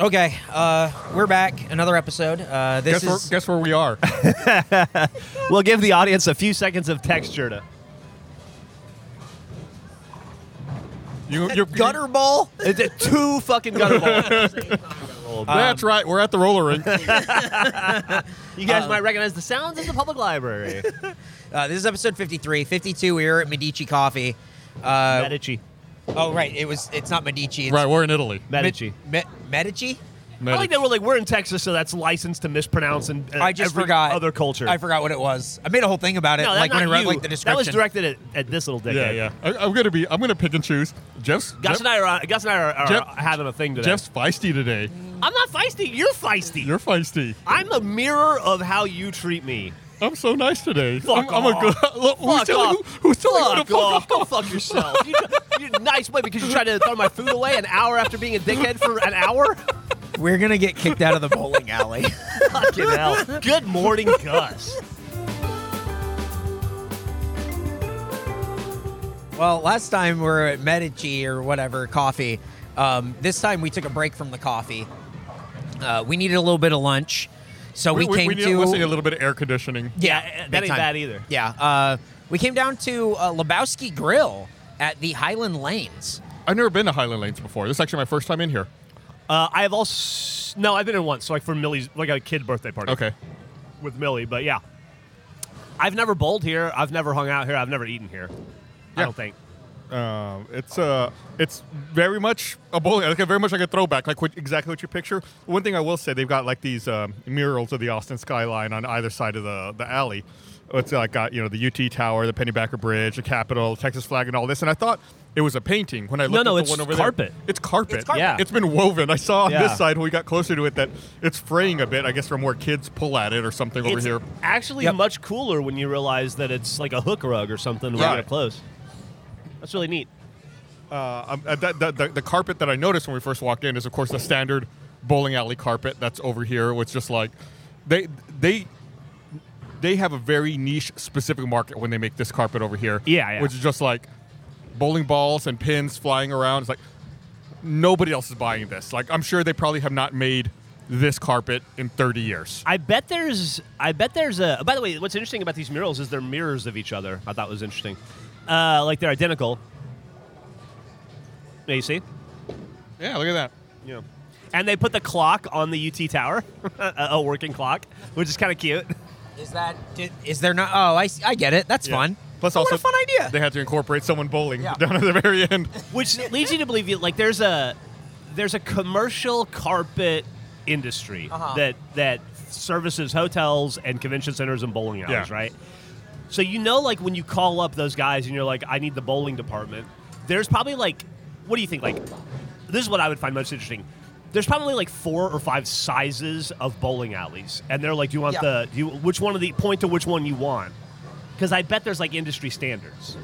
Okay, uh, we're back. Another episode. Uh, this Guess where, is guess where we are? We'll give the audience a few seconds of texture to. You, you're, gutter ball. It's a two fucking Um, gutter balls. Um, That's right. We're at the roller rink. You guys Um, might recognize the sounds of the public library. Uh, this is episode 53. 52. We are at Medici Coffee. Uh, Medici. oh right, it was. It's not Medici. It's right, we're in Italy. Medici. Me- Medici. I like that we're like we're in Texas, so that's licensed to mispronounce and I just every forgot other culture. I forgot what it was. I made a whole thing about it. no, that's like when I not read you. like the That was description. directed at, at this little dickhead. Yeah, yeah. I, I'm gonna be. I'm gonna pick and choose. Jeff's Gus Jeff, and I are, on- Gus and I are, are Jeff- having a thing today. Jeff's feisty today. I'm not feisty. You're feisty. You're feisty. I'm a mirror of how you treat me. I'm so nice today. Fuck I'm, I'm a good. off. Look, who's Fuck telling off. you- who's telling you fuck to fuck off. Go fuck yourself. You, you're nice, boy, because you tried to throw my food away an hour after being a dickhead for an hour. We're gonna get kicked out of the bowling alley. Fucking hell. Good morning, Gus. Well, last time we were at Medici or whatever coffee. Um, this time we took a break from the coffee. Uh, we needed a little bit of lunch, so we, came we need to we'll see a little bit of air conditioning. yeah, Yeah, that big ain't time. bad either. Yeah, uh, we came down to uh, Lebowski Grill at the Highland Lanes. I've never been to Highland Lanes before. This is actually my first time in here. Uh, I have also no, I've been in once, so like for Millie's, like a kid birthday party. Okay. with Millie, but yeah, I've never bowled here. I've never hung out here. I've never eaten here. I Yeah. don't think. Um, it's uh, it's very much a bowling, like a, very much like a throwback, like what, exactly what you picture. One thing I will say, they've got like these um, murals of the Austin skyline on either side of the, the alley. It's like got you know the UT Tower, the Pennybacker Bridge, the Capitol, the Texas flag, and all this. And I thought it was a painting when I looked no, at the it's one over carpet. there. It's carpet. It's carpet. Yeah. it's been woven. I saw on Yeah. this side when we got closer to it that it's fraying a bit. I guess from where kids pull at it or something over it's here. actually Yep. much cooler when you realize that it's like a hook rug or something when you Right. get up close. That's really neat. Uh, um, uh, that, that, the, the carpet that I noticed when we first walked in is, of course, the standard bowling alley carpet that's over here. It's just like they they they have a very niche, specific market when they make this carpet over here. Yeah, yeah. which is just like bowling balls and pins flying around. It's like nobody else is buying this. Like I'm sure they probably have not made this carpet in 30 years. I bet there's. I bet there's a. By the way, what's interesting about these murals is they're mirrors of each other. I thought was interesting. Uh, like they're identical. Yeah, you see? Yeah, look at that. Yeah. And they put the clock on the UT tower, a a working clock, which is kind of cute. Is that did- is there not? Oh, I, s- I get it. That's Yeah. fun. Plus, Oh, also what a fun idea. They had to incorporate someone bowling Yeah. down at the very end. which leads you to believe you like there's a there's a commercial carpet industry Uh-huh. that that services hotels and convention centers and bowling alleys, Yeah. right? So you know, like when you call up those guys and you're like, I need the bowling department. There's probably like, what do you think? Like, this is what I would find most interesting. There's probably like four or five sizes of bowling alleys, and they're like, do you want Yeah. the, do you, which one of the point to which one you want? Because I bet there's like industry standards.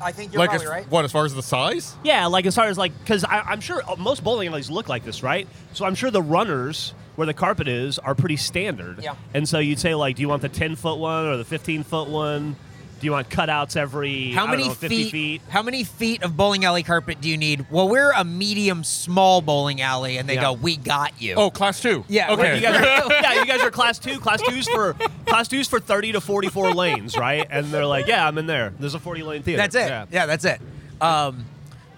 I think like, as, what as far as the size? Yeah, like as far as like, because I'm sure uh, most bowling alleys look like this, right? So I'm sure the runners where the carpet is are pretty standard. Yeah. And so you'd say like, do you want the 10 foot one or the 15 foot one? Do you want cutouts every I How don't many know, 50 feet, feet? How many feet of bowling alley carpet do you need? Well, we're a medium small bowling alley, and they Yeah. go, "We got you." Oh, class two. Yeah, Okay. what You guys are, yeah, you guys are class two. Class two's for class two's for 30 to 44 lanes, right? And they're like, yeah, I'm in there. There's a 40 lane theater. That's it. Yeah. Yeah, that's it. Um,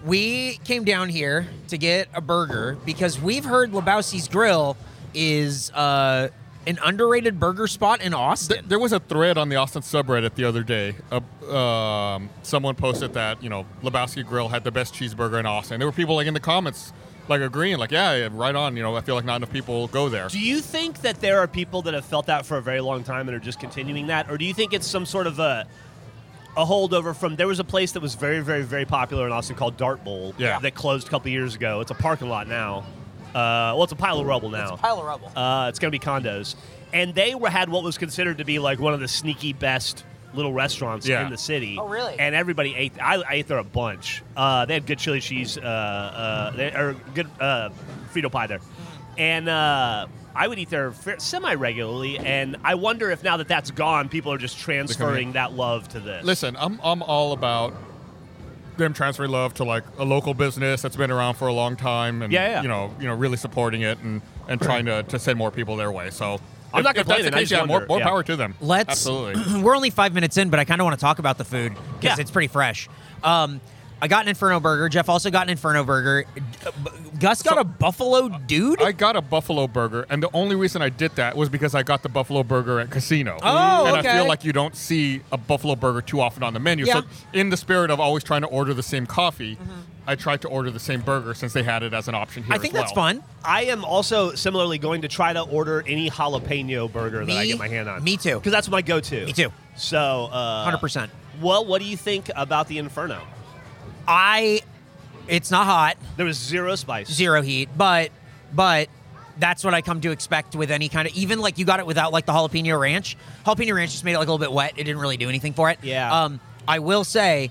we came down here to get a burger because we've heard Lebowski's Grill is uh, an underrated burger spot in Th- Austin. there was a thread on the Austin subreddit the other day. Uh, um, someone posted that you know Lebowski Grill had the best cheeseburger in Austin. There were people like in the comments like agreeing, like yeah, yeah, right on. You know, I feel like not enough people go there. Do you think that there are people that have felt that for a very long time and are just continuing that, or do you think it's some sort of a a holdover from there was a place that was very, very, very popular in Austin called Dart Bowl Yeah. that closed a couple years ago. It's a parking lot now. Uh, well, it's a pile of rubble now. of rubble. Uh, it's going to be condos, and they were had what was considered to be like one of the sneaky best little restaurants Yeah. in the city. Oh, really? And everybody ate. I, I ate there a bunch. Uh, they had good chili cheese, uh, uh, they, or good uh, Frito pie there, and. Uh, I would eat there semi regularly, and I wonder if now that that's gone, people are just transferring that love to this. Listen, I'm I'm all about them transferring love to like a local business that's been around for a long time, and Yeah, yeah. you know, you know, really supporting it and and trying to, to send more people their way. So I'm if- if that's not the complaining, I case, just yeah, more, wonder, more yeah. power to them. Let's. absolutely. we're only five minutes in, but I kind of want to talk about the food because Yeah. it's pretty fresh. Um, I got an Inferno burger. Jeff also got an Inferno burger. D- uh, b- Gus got a buffalo dude. I got a buffalo burger, and the only reason I did that was because I got the buffalo burger at Casino. Oh, and I okay. feel like you don't see a buffalo burger too often on the menu. Yeah. Mm-hmm. So, in the spirit of always trying to order the same coffee, I tried to order the same burger since they had it as an option here. I think as that's well. fun. I am also similarly going to try to order any jalapeno burger that I Me- get my hand on. me too. Because that's my go-to. Me too. So, uh, 100%. Well, what do you think about the Inferno? I. It's not hot, There was zero spice. zero heat, but but that's what I come to expect with any kind of even like you got it without like the jalapeno ranch. Jalapeno ranch just made it like a little bit wet. It didn't really do anything for it. Yeah. Um, I will say,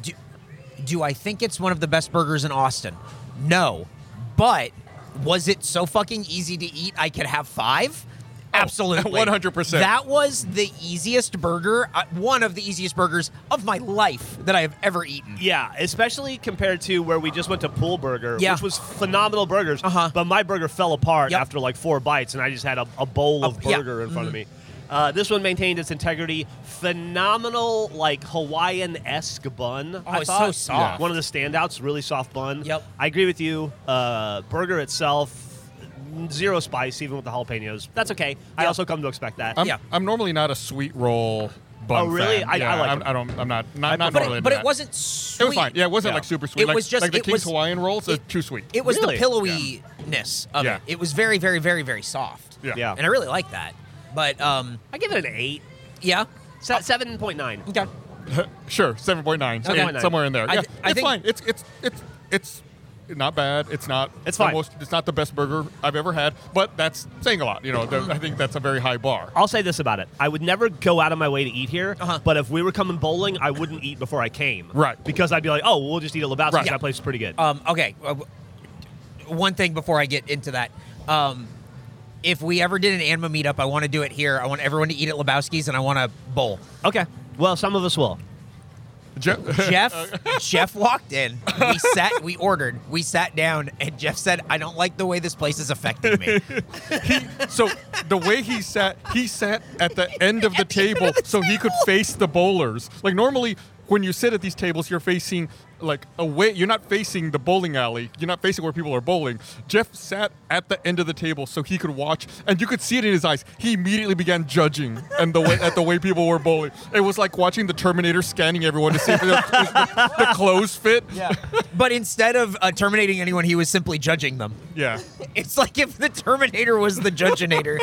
do, do I think it's one of the best burgers in Austin? No, but was it so fucking easy to eat? I could have five. Oh, Absolutely, 100%. That was the easiest burger, uh, one of the easiest burgers of my life that I have ever eaten. Yeah, especially compared to where we just went to Pool Burger, Yeah. which was phenomenal burgers. Uh-huh. But my burger fell apart Yep. after like four bites, and I just had a, a bowl of A- yeah. Mm-hmm. burger in front of me. Uh, this one maintained its integrity. Phenomenal, like Hawaiian esque bun. Oh, I it's thought. so soft. One of the standouts, really soft bun. Yep. I agree with you. Uh, burger itself, zero spice, even with the jalapenos. That's okay. I Yeah. also come to expect that. I'm, Yeah. I'm normally not a sweet roll bun. Oh, really? fan. I- I yeah, like I'm, them. I don't. I'm not. Not, not But normally it, into but it that. wasn't sweet. It was fine. Yeah, it wasn't Yeah. like super sweet. It like, was just- like the it King's was- Hawaiian rolls. it- are too sweet. It was Really? the pillowiness of Yeah. it. It was very, very, very, very soft. Yeah. Yeah. And I really like that. But um, I give it an eight. yeah. Oh, Se- 7.9. Okay. Sure, seven point nine, Okay. somewhere in there. I Yeah, th- I it's think- fine. It's it's it's it's not bad. It's not. It's the fine. most- it's not the best burger I've ever had, but that's saying a lot. You know, the, I think that's a very high bar. I'll say this about it. I would never go out of my way to eat here, Uh-huh. but if we were coming bowling, I wouldn't eat before I came. Right. Because I'd be like, oh, we'll just eat at Lebowski's. Right. That place is pretty good. Um, okay. Uh, w- One thing before I get into that. Um, if we ever did an anima meetup, I want to do it here. I want everyone to eat at Lebowski's and I want to bowl. okay. Well, some of us will. Je- Jeff Jeff walked in. We sat we ordered. We sat down and Jeff said, I don't like the way this place is affecting me. so the way he sat, he sat at the end of the table so he could face the bowlers. Like normally, when you sit at these tables, you're facing like away. You're not facing the bowling alley. You're not facing where people are bowling. Jeff sat at the end of the table so he could watch, and you could see it in his eyes. He immediately began judging and the way at the way people were bowling. It was like watching the Terminator scanning everyone to see if the, the, the clothes fit. but instead of uh, terminating anyone, he was simply judging them. Yeah. It's like if the Terminator was the Judginator.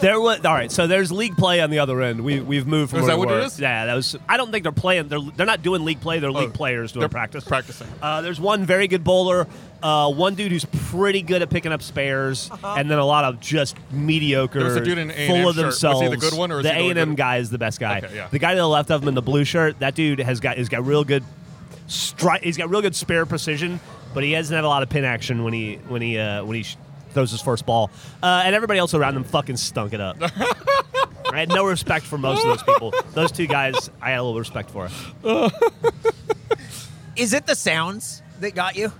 There was all right. So there's league play on the other end. We we've moved. From Is where that we what it were. is? Oh, Yeah, that was. I don't think they're playing. They're they're not doing league play. They're league players doing they're practice. practicing. Uh, there's one very good bowler, uh, one dude who's pretty good at picking up spares, and then a lot of just mediocre. Uh-huh. There was a dude in an A&M full of shirt. Was he the themselves. good one or is the he the A really and M good- guy is the best guy. Okay, yeah. The guy to the left of him in the blue shirt. That dude has got has got real good. Stri- he's got real good spare precision, but he doesn't have a lot of pin action when he when he uh, when he sh- throws his first ball. Uh, and everybody else around him fucking stunk it up. I had no respect for most of those people. Those two guys, I had a little respect for. Is it the sounds that got you?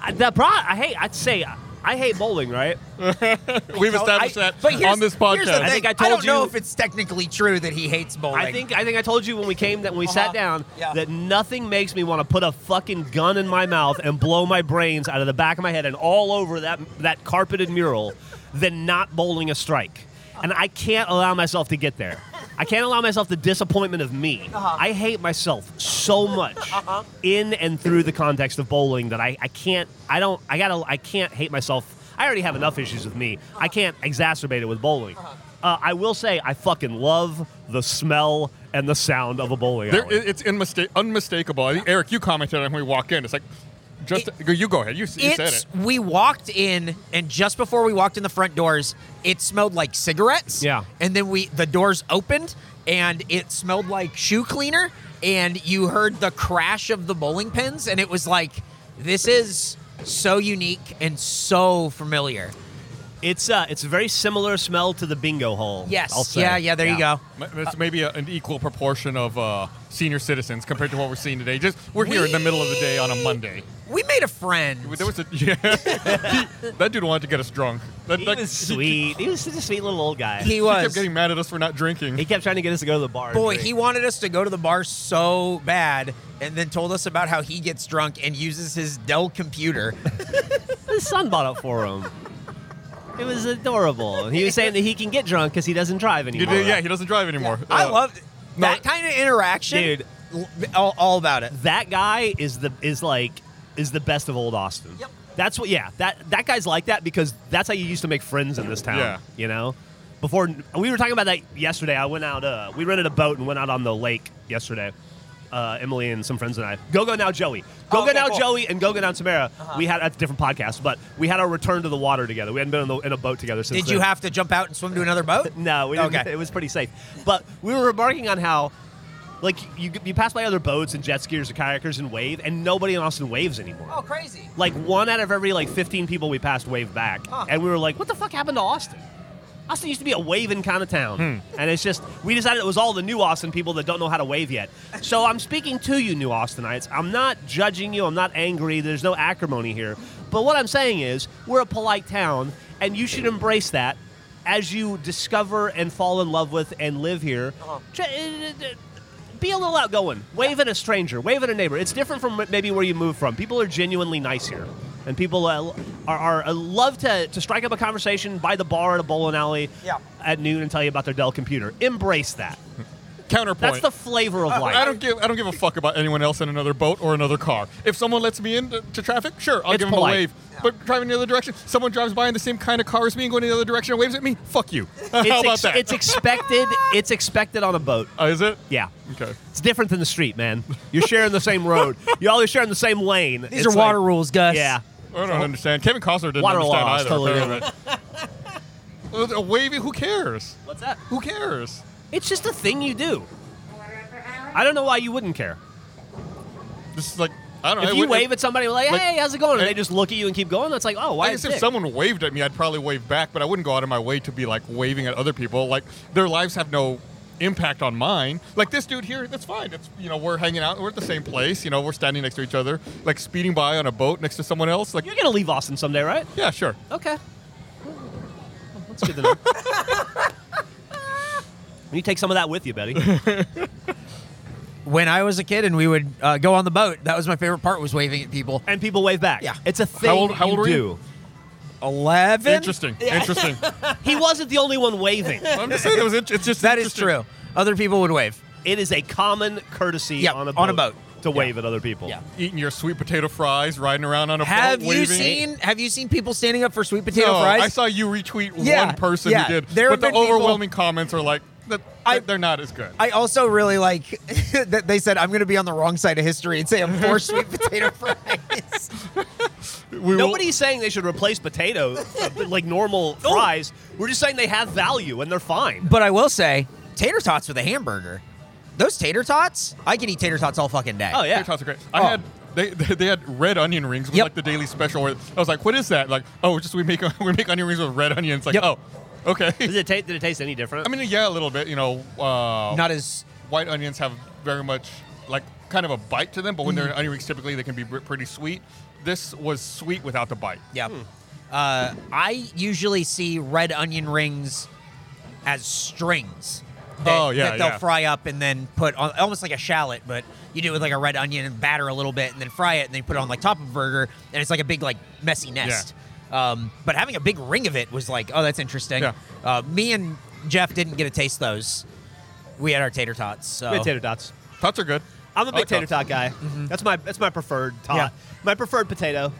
I, the pro- I hate. I'd say I hate bowling, right? We've No, established I- but that here's- on here's this the podcast. thing. I, think I told don't know you- if it's technically true that he hates bowling. I think. I think I told you when we came that when we Uh-huh. sat down Yeah. that nothing makes me want to put a fucking gun in my mouth and blow my brains out of the back of my head and all over that that carpeted mural than not bowling a strike. And I can't allow myself to get there. I can't allow myself the disappointment of me. I hate myself so much in and through the context of bowling that I, I can't I don't I gotta I can't hate myself. I already have enough issues with me. I can't exacerbate it with bowling. Uh, I will say I fucking love the smell and the sound of a bowling There, alley. it- it's in mistake, unmistakable. I think, Eric, you commented on when we walk in. It's like, just you go ahead. You, s- you said it's it. we walked in and just before we walked in the front doors, it smelled like cigarettes. Yeah. And then we the doors opened and it smelled like shoe cleaner and you heard the crash of the bowling pins and it was like this is so unique and so familiar. It's uh, it's a very similar smell to the bingo hole. Yes. I'll say. Yeah, yeah, there you go. M- It's maybe a, an equal proportion of uh, senior citizens compared to what we're seeing today. Just we're here in the middle of the day on a Monday. We made a friend. There was a yeah. He- that dude wanted to get us drunk. That, He that- was he- sweet. He was such a sweet little old guy. he He was. kept getting mad at us for not drinking. He kept trying to get us to go to the bar. and Boy, drink. he wanted us to go to the bar so bad and then told us about how he gets drunk and uses his Dell computer. his son bought it for him. It was adorable. He was saying that he can get drunk because he doesn't drive He anymore. did- yeah, he doesn't drive anymore. I Uh, love no. that kind of interaction. Dude. L- all, all about it. that guy is the is like is the best of old Austin. Yep. That's what. Yeah. That that guy's like that because that's how you used to make friends in this town. Yeah. You know. Before we were talking about that yesterday, I went out. Uh, we rented a boat and went out on the lake yesterday. Uh, Emily and some friends and I. Go go now, Joey. Go Oh, Uh-huh. go okay, now, cool. Joey, and go go now, Tamara. We had that's a different podcast, but we had our return to the water together. We hadn't been in, the, in a boat together since. Did you then. have to jump out and swim to another boat? No, we didn't. Okay. It was pretty safe. But we were remarking on how, like, you, you pass by other boats and jet skiers and kayakers and wave, and nobody in Austin waves anymore. Oh, crazy. Like, one out of every, like, 15 people we passed wave back. Huh. And we were like, what the fuck happened to Austin? Austin used to be a waving kind of town. And it's just, we decided it was all the new Austin people that don't know how to wave yet. So I'm speaking to you, new Austinites. I'm not judging you. I'm not angry. There's no acrimony here. But what I'm saying is, we're a polite town, and you should embrace that as you discover and fall in love with and live here. Tr- uh, uh, Be a little outgoing. Wave at a stranger. Wave at a neighbor. It's different from maybe where you moved from. People are genuinely nice here. And people uh, are, are uh, love to, to strike up a conversation by the bar at a bowling alley Yeah. at noon and tell you about their Dell computer. Embrace that. That's counterpoint. the flavor of life. I don't give I don't give a fuck about anyone else in another boat or another car. If someone lets me in to, to traffic, sure, I'll It's give them a polite. wave. But driving the other direction, someone drives by in the same kind of car as me and going in the other direction and waves at me. Fuck you. How it's about ex- that? It's expected. it's expected on a boat. Uh, is it? Yeah. Okay. It's different than the street, man. You're sharing the same road. You're always sharing the same lane. These It's are water like- rules, Gus. Yeah. I don't understand. Kevin Costner didn't Water understand laws, either. totally apparently. Uh, waving, who cares? What's that? Who cares? It's just a thing you do. I don't know why you wouldn't care. This is like I don't know. If I you would- wave at somebody like, like- "Hey, how's it going?" and I- they just look at you and keep going, that's like, "Oh, why?" I guess is if dick? someone waved at me, I'd probably wave back, but I wouldn't go out of my way to be like waving at other people. Like their lives have no impact on mine. Like this dude here, that's fine. It's you know we're hanging out, we're at the same place. You know we're standing next to each other, like speeding by on a boat next to someone else. Like You're gonna leave Austin someday, right? yeah, sure. Okay. That's good to know. you take some of that with you, Betty. When I was a kid and we would uh, go on the boat, that was my favorite part was waving at people. and people wave back. Yeah. It's a thing old- how you old were do. you? 11? Interesting, interesting. He wasn't the only one waving. I'm just saying it was. int- It's just That is interesting. true. Other people would wave. It is a common courtesy Yeah, on, a boat on a boat. to wave at other people. Yeah. Eating your sweet potato fries, riding around on a Have boat, you waving. seen have you seen people standing up for sweet potato No, fries? I saw you retweet Yeah, one person yeah. who did, There have but the been people- overwhelming comments are like that. I- they're not as good. I also really like that they said I'm going to be on the wrong side of history and say I'm for sweet potato fries. We will- Nobody's saying they should replace potato uh, like normal fries. We're just saying they have value and they're fine. But I will say, tater tots with a hamburger. Those tater tots, I can eat tater tots all fucking day. Oh yeah. Tater tots are great. I Oh. had they, they they had red onion rings with Yep. like the daily special. Where I was like, what is that? Like, oh, just we make we make onion rings with red onions. Like, Yep. oh, okay. Did it, ta- did it taste any different? I mean, yeah, a little bit. You know, uh, Not as white onions have very much like kind of a bite to them, but when they're in Mm-hmm. onion rings, typically they can be br- pretty sweet. This was sweet without the bite. yeah. Uh, I usually see red onion rings as strings. That, Oh, yeah, that they'll yeah. fry up and then put on almost like a shallot, but you do it with like a red onion and batter a little bit and then fry it and then put it on like top of a burger and it's like a big like messy nest. Um, but having a big ring of it was like, oh, that's interesting. Yeah. Uh, me and Jeff didn't get to taste those. We had our tater tots. So. Good tater tots. Tots are good. I'm a I big like tater tots. tot guy. That's my that's my preferred tot. Yeah. My preferred potato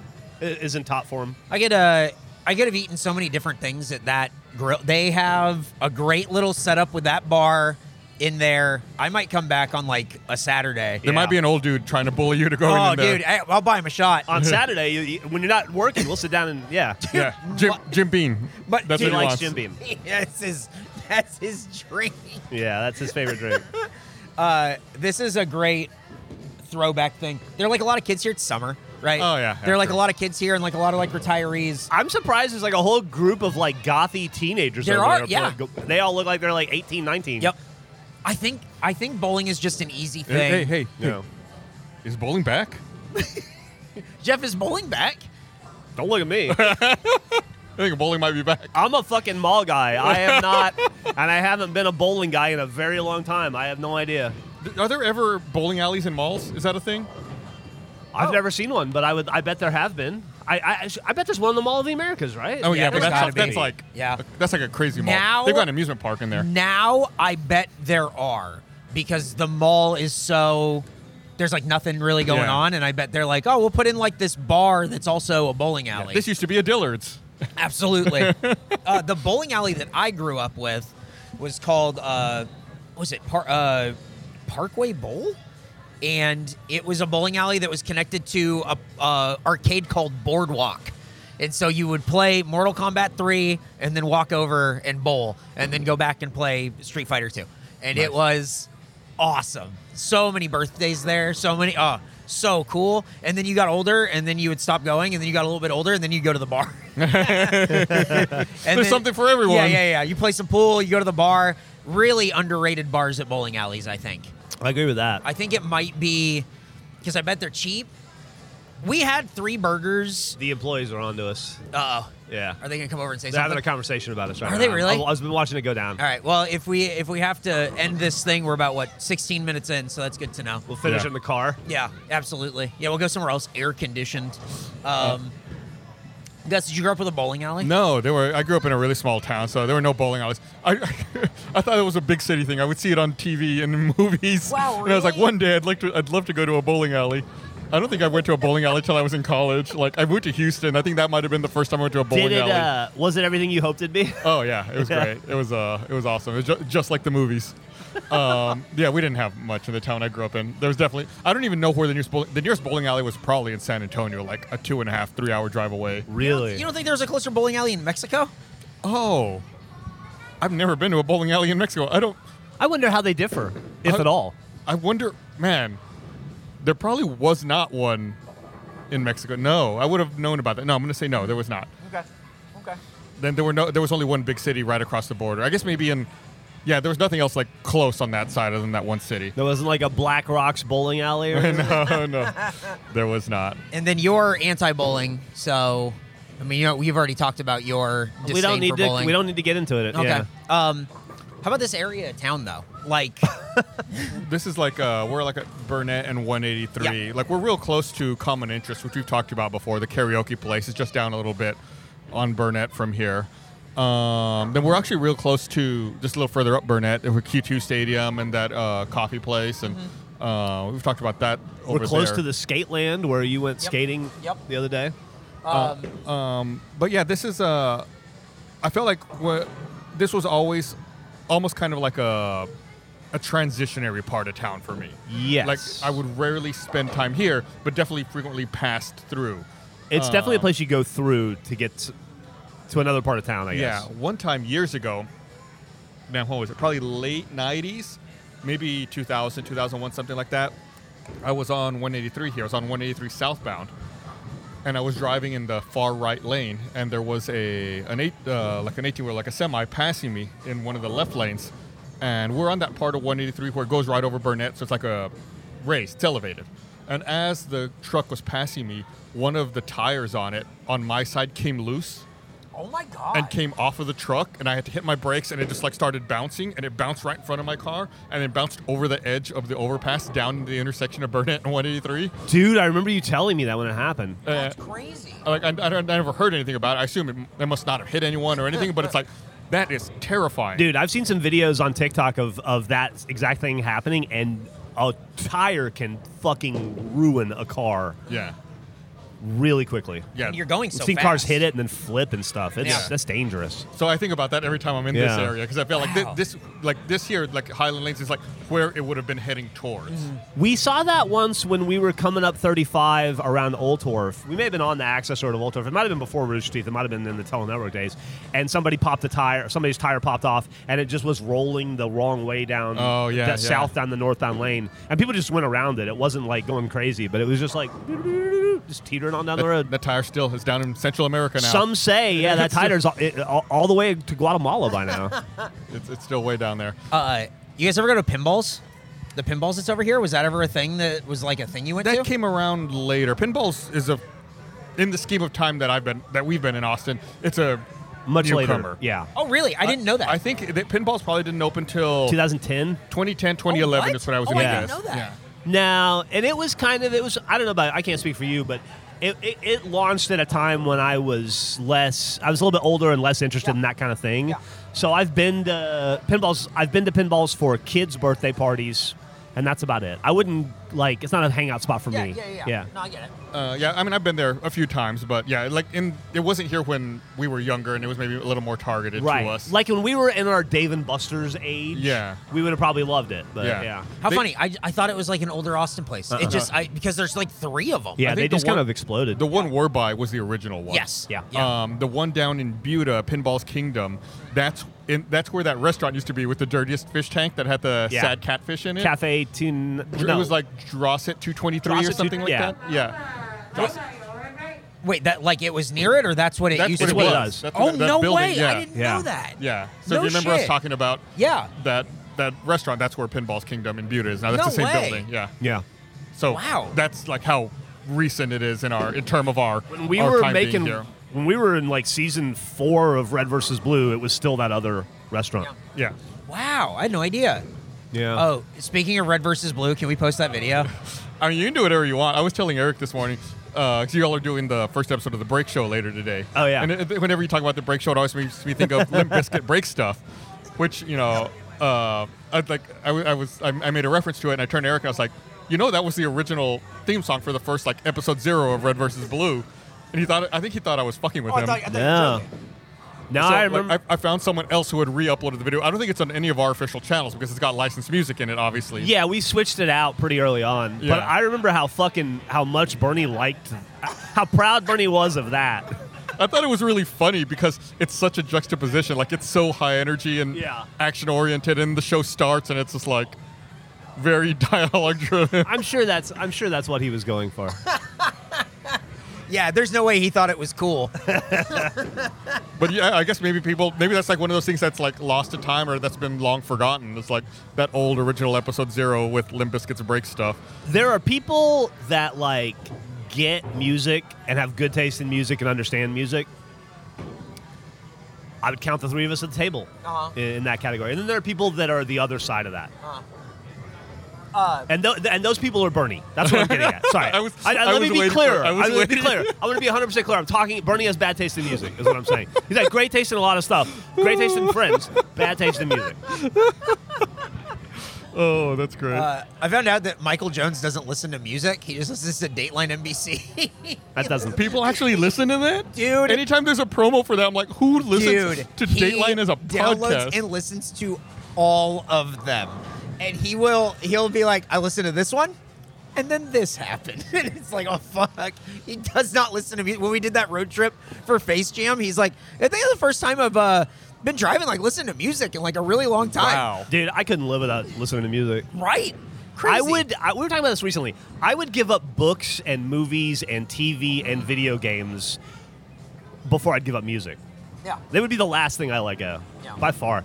i- is in tot form. I get a. I could have eaten so many different things at that grill. They have a great little setup with that bar in there. I might come back on like a Saturday. There Yeah. might be an old dude trying to bully you to go Oh, in uh, there. dude, I, I'll buy him a shot. On Saturday, you, you, when you're not working, we'll sit down and yeah. Yeah, Jim, Jim Bean. But That's he He what he likes wants. Jim Beam. that's his. That's his dream. Yeah, that's his favorite drink. Uh, this is a great throwback thing. There are like a lot of kids here. It's summer. right? Oh, yeah, There are yeah, like true. a lot of kids here and like a lot of like retirees. I'm surprised there's like a whole group of like gothy teenagers. There over are, up to, yeah. like, go- they all look like they're like 18, 19. Yep. I think I think bowling is just an easy thing. Hey, hey, hey, You know. is bowling back? Jeff is bowling back. Don't look at me. I think bowling might be back. I'm a fucking mall guy. I am not, and I haven't been a bowling guy in a very long time. I have no idea. Are there ever bowling alleys in malls? Is that a thing? I've Oh. never seen one, but I would. I bet there have been. I, I, I bet there's one in the Mall of the Americas, right? Oh yeah, there's but gotta that's, be. that's like Yeah. that's like a crazy mall. Now- They've got an amusement park in there. Now I bet there are because the mall is so there's like nothing really going Yeah. on, and I bet they're like, oh, we'll put in like this bar that's also a bowling alley. This used to be a Dillard's. Absolutely. uh, the bowling alley that I grew up with was called, uh, was it Par- uh, Parkway Bowl? And it was a bowling alley that was connected to a uh, arcade called Boardwalk. And so you would play Mortal Kombat 3 and then walk over and bowl and then go back and play Street Fighter 2. And it was awesome. So many birthdays there. So many. Oh, so cool. And then you got older and then you would stop going and then you got a little bit older and then you go to the bar. And There's something for everyone. Yeah, yeah, yeah. You play some pool, you go to the bar. Really underrated bars at bowling alleys, I think. I agree with that. I think it might be because I bet they're cheap. We had three burgers. the employees are onto us. Uh oh. Yeah, Are they going to come over and say they're having something? a conversation about us right Are now. they really? I, I've been watching it go down. All right. Well, if we if we have to end this thing, we're about what 16 minutes in, so that's good to know. We'll finish Yeah. in the car. Yeah, absolutely. Yeah, we'll go somewhere else, air conditioned. Um, Gus, did you grow up with a bowling alley? No, there were. I grew up in a really small town, so there were no bowling alleys. I, I thought it was a big city thing. I would see it on TV and in movies. Wow, And I was like, really? one day I'd like to. I'd love to go to a bowling alley. I don't think I went to a bowling alley till I was in college. Like I moved to Houston. I think that might have been the first time I went to a bowling Did it? alley. Uh, was it everything you hoped it'd be? Oh yeah, it was great. It was uh, it was awesome. It was ju- just like the movies. Um, yeah, we didn't have much in the town I grew up in. There was definitely. I don't even know where the nearest bowling, the nearest bowling alley was. Probably in San Antonio, like a two and a half, three hour drive away. Really? You don't think there was a closer bowling alley in Mexico? Oh, I've never been to a bowling alley in Mexico. I don't. I wonder how they differ, if I- at all. I wonder, man. There probably was not one in Mexico. No, I would have known about that. No, I'm gonna say no. There was not. Okay. Okay. Then there were no. There was only one big city right across the border. I guess maybe in. Yeah, there was nothing else like close on that side other than that one city. There wasn't like a Black Rocks bowling alley. Or anything? no, no, there was not. And then you're anti-bowling, so I mean, you know, we've already talked about your disdain we don't need for to. bowling. We don't need to get into it. Okay. Yeah. Um, how about this area of town though? Like, This is like uh, we're like at Burnett and 183. Yeah. Like we're real close to common interest, which we've talked about before. The karaoke place is just down a little bit on Burnett from here. Um, then we're actually real close to just a little further up Burnett. There were Q2 Stadium and that uh, coffee place, and uh, we've talked about that. We're over close there. to the skate land where you went Yep. skating Yep. the other day. um, Um, but yeah, this is Uh, I felt like what this was always almost kind of like a a transitionary part of town for me. Yes. Like I would rarely spend time here, but definitely frequently passed through. uh, It's definitely a place you go through to get to, to another part of town. I Yeah, guess. one time years ago, man, what was it? Probably late 90s, maybe 2000, 2001, something like that. I was on 183 here. I was on 183 southbound. And I was driving in the far right lane, and there was a an eight uh, like an 18 wheeler, like a semi, passing me in one of the left lanes, and we're on that part of 183 where it goes right over Burnett, so it's like a race, it's elevated. And as the truck was passing me, one of the tires on it on my side came loose, oh my god! and came off of the truck and I had to hit my brakes and it just like started bouncing and it bounced right in front of my car and it bounced over the edge of the overpass down into the intersection of Burnett and 183. Dude, I remember you telling me that when it happened. Uh, That's crazy. like I, I, don't- I never heard anything about it. I assume it, it must not have hit anyone or anything, but it's like that is terrifying. Dude, I've seen some videos on TikTok of, of that exact thing happening, and a tire can fucking ruin a car. Yeah. really quickly. Yeah. And you're going I've so seen fast. cars hit it and then flip and stuff. It's Yeah. that's dangerous. So I think about that every time I'm in this Yeah. area because I feel like Wow. thi- this, like this year, like Highland Lanes is like where it would have been heading towards. We saw that once when we were coming up 35 around Old Torf. We may have been on the access road of Old Torf. It might have been before Rooster Teeth. It might have been in the Telenetwork days. And somebody popped a tire. Somebody's tire popped off, and it just was rolling the wrong way down. Oh, yeah, the yeah. south down the northbound lane, and people just went around it. It wasn't like going crazy, but it was just like just teetering on down the The, road. the tire still is down in Central America now. Some say, yeah, that tire's all, it, all, all the way to Guatemala by now. it's, it's still way down there. Uh, you guys ever go to pinballs? The pinballs that's over here was that ever a thing that was like a thing you went That to? came around later. Pinballs is a, in the scheme of time that I've been that we've been in Austin, it's a Much newcomer. later, yeah, oh really? I didn't know that. I think that pinballs probably didn't open till 2010. 2010, 2011 what? is when I was Oh, in I Vegas. didn't know that. Yeah. No, and it was kind of it was I don't know about I can't speak for you, but it, it, it launched at a time when I was less I was a little bit older and less interested in that kind of thing. So I've been to pinballs I've been to pinballs for kids' birthday parties and that's about it. I wouldn't like it's not a hangout spot for yeah, me. yeah, yeah, No, I get it. Uh, yeah, I mean, I've been there a few times, but yeah, like in it wasn't here when we were younger, and it was maybe a little more targeted Right. to us. Like when we were in our Dave and Buster's age, Yeah. we would have probably loved it. But Yeah. yeah. Yeah, How They- Uh-uh. funny! I, I thought it was like an older Austin place. It just I because there's like three of them. think they the just kind one- of exploded. the one we're by was the original one. Yes. Yeah. Um, the one down in Buda, Pinball's Kingdom, that's in, that's where that restaurant used to be with the dirtiest fish tank that had the Yeah. sad catfish in it. Cafe Tune It was like Drosset 223 or Drosset two- something like yeah. that. Yeah. Wait, that like it was near it, or that's what it That's used what to it be. was. does. That's Oh what that no building- way! Yeah. I didn't Yeah. know that. Yeah. So no if you remember us shit. talking about Yeah. that that restaurant, that's where Pinball's Kingdom in Buda is. Now that's No the same way. building. Yeah. Yeah. So Wow. that's like how recent it is in our in term of our when we our were time being making here. when we were in like season four of Red versus Blue, it was still that other restaurant. Yeah. Wow, I had no idea. Yeah. Oh, speaking of red versus blue, can we post that video? I mean, you can do whatever you want. I was telling Eric this morning, because you all are doing the first episode of the Break Show later today. Oh, yeah. And it- it- whenever you talk about the Break Show, it always makes me think of Limp Bizkit Break stuff, which you know, uh, I'd like I, w- I was I, I made a reference to it, and I turned to Eric and I was like, you know, that was the original theme song for the first like episode zero of Red versus Blue, and he thought I think he thought I was fucking Oh, with him. Yeah. Now So, I like, remember. I, I found someone else who had re-uploaded the video. I don't think it's on any of our official channels because it's got licensed music in it, obviously. yeah, we switched it out pretty early on, Yeah. but I remember how fucking how much Bernie liked, how proud Bernie was of that. I thought it was really funny because it's such a juxtaposition. Like it's so high energy and Yeah. action oriented, and the show starts and it's just like very dialogue driven. I'm sure that's I'm sure that's what he was going for. Yeah, there's no way he thought it was cool. but yeah, I guess maybe people maybe that's like one of those things that's like lost to time or that's been long forgotten. It's like that old original episode zero with Limp Bizkit's break stuff. there are people that like get music and have good taste in music and understand music. I would count the three of us at the table Uh-huh. in, in that category, and then there are people that are the other side of that. Uh-huh. Uh, and tho- and those people are Bernie. That's what I'm getting at. Sorry, I was- I let was me be waiting for- clear. I was let me be waiting. clear. I want to be 100 percent clear. I'm talking. Bernie has bad taste in music. Is what I'm saying. He's got great taste in a lot of stuff. Great taste in friends. Bad taste in music. Oh, that's great. Uh, I found out that Michael Jones doesn't listen to music. He just listens to Dateline NBC. That doesn't. People actually listen to that, Dude. Anytime there's a promo for that, I'm like, who listens Dude, to he Dateline as a downloads podcast? and listens to all of them, and he will he'll be like, I listened to this one, and then this happened, and it's like, oh fuck, he does not listen to me. When we did that road trip for Face Jam, he's like, I think it's the first time I've uh, been driving like listening to music in like a really long time. wow. Dude, I couldn't live without listening to music. Right? Crazy. I would. I, we were talking about this recently. I would give up books and movies and TV and video games before I'd give up music. Yeah. They would be the last thing I let go Yeah. by far.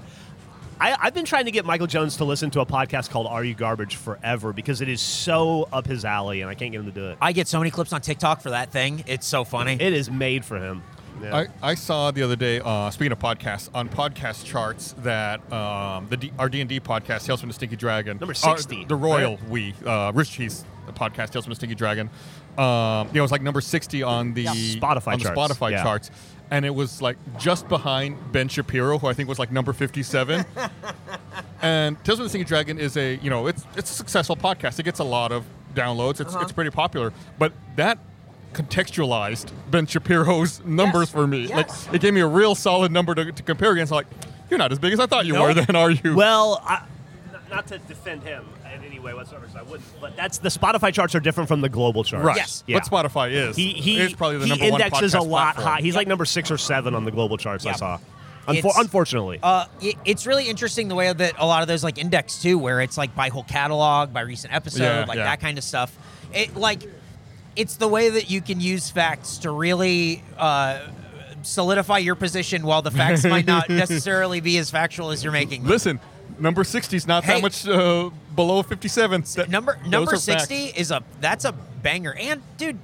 I, I've been trying to get Michael Jones to listen to a podcast called "Are You Garbage" forever because it is so up his alley, and I can't get him to do it. I get so many clips on TikTok for that thing. It's so funny. It is made for him. Yeah. I, I saw the other day, uh, speaking of podcasts, on podcast charts that um, the D, our D and D podcast, Tales from the Stinky Dragon, Number our- 60, the Royal We, uh, Rich Cheese podcast, Tales from the Stinky Dragon, um, you know, it was like number sixty on the Spotify on the charts, Spotify yeah. charts, and it was like just behind Ben Shapiro, who I think was like number fifty-seven. and Tales from the Stinky Dragon is a you Uh-huh. know it's it's a successful podcast. It gets a lot of downloads. It's it's pretty popular, but that contextualized Ben Shapiro's Yes, numbers for me. yes. Like it gave me a real solid number to, to compare against. Like you're not as big as I thought you No. were. Then are you? Well, I, n- not to defend him in any way whatsoever, 'cause I wouldn't. But that's the Spotify charts are different from the global charts. right. yes. Yeah. But Spotify is. He he is probably the he number indexes one a lot high. high. He's like number six or seven on the global charts. I Yeah. saw. Unfor- It's- unfortunately, Uh, it, it's really interesting the way that a lot of those like index too, where it's like by whole catalog, by recent episode, Yeah, like yeah. that kind of stuff. It like it's the way that you can use facts to really uh, solidify your position, while the facts might not necessarily be as factual as you're making. them. Listen, number 60 is not Hey. that much uh, below 57. That- number those number are facts. sixty is a that's a banger, and dude.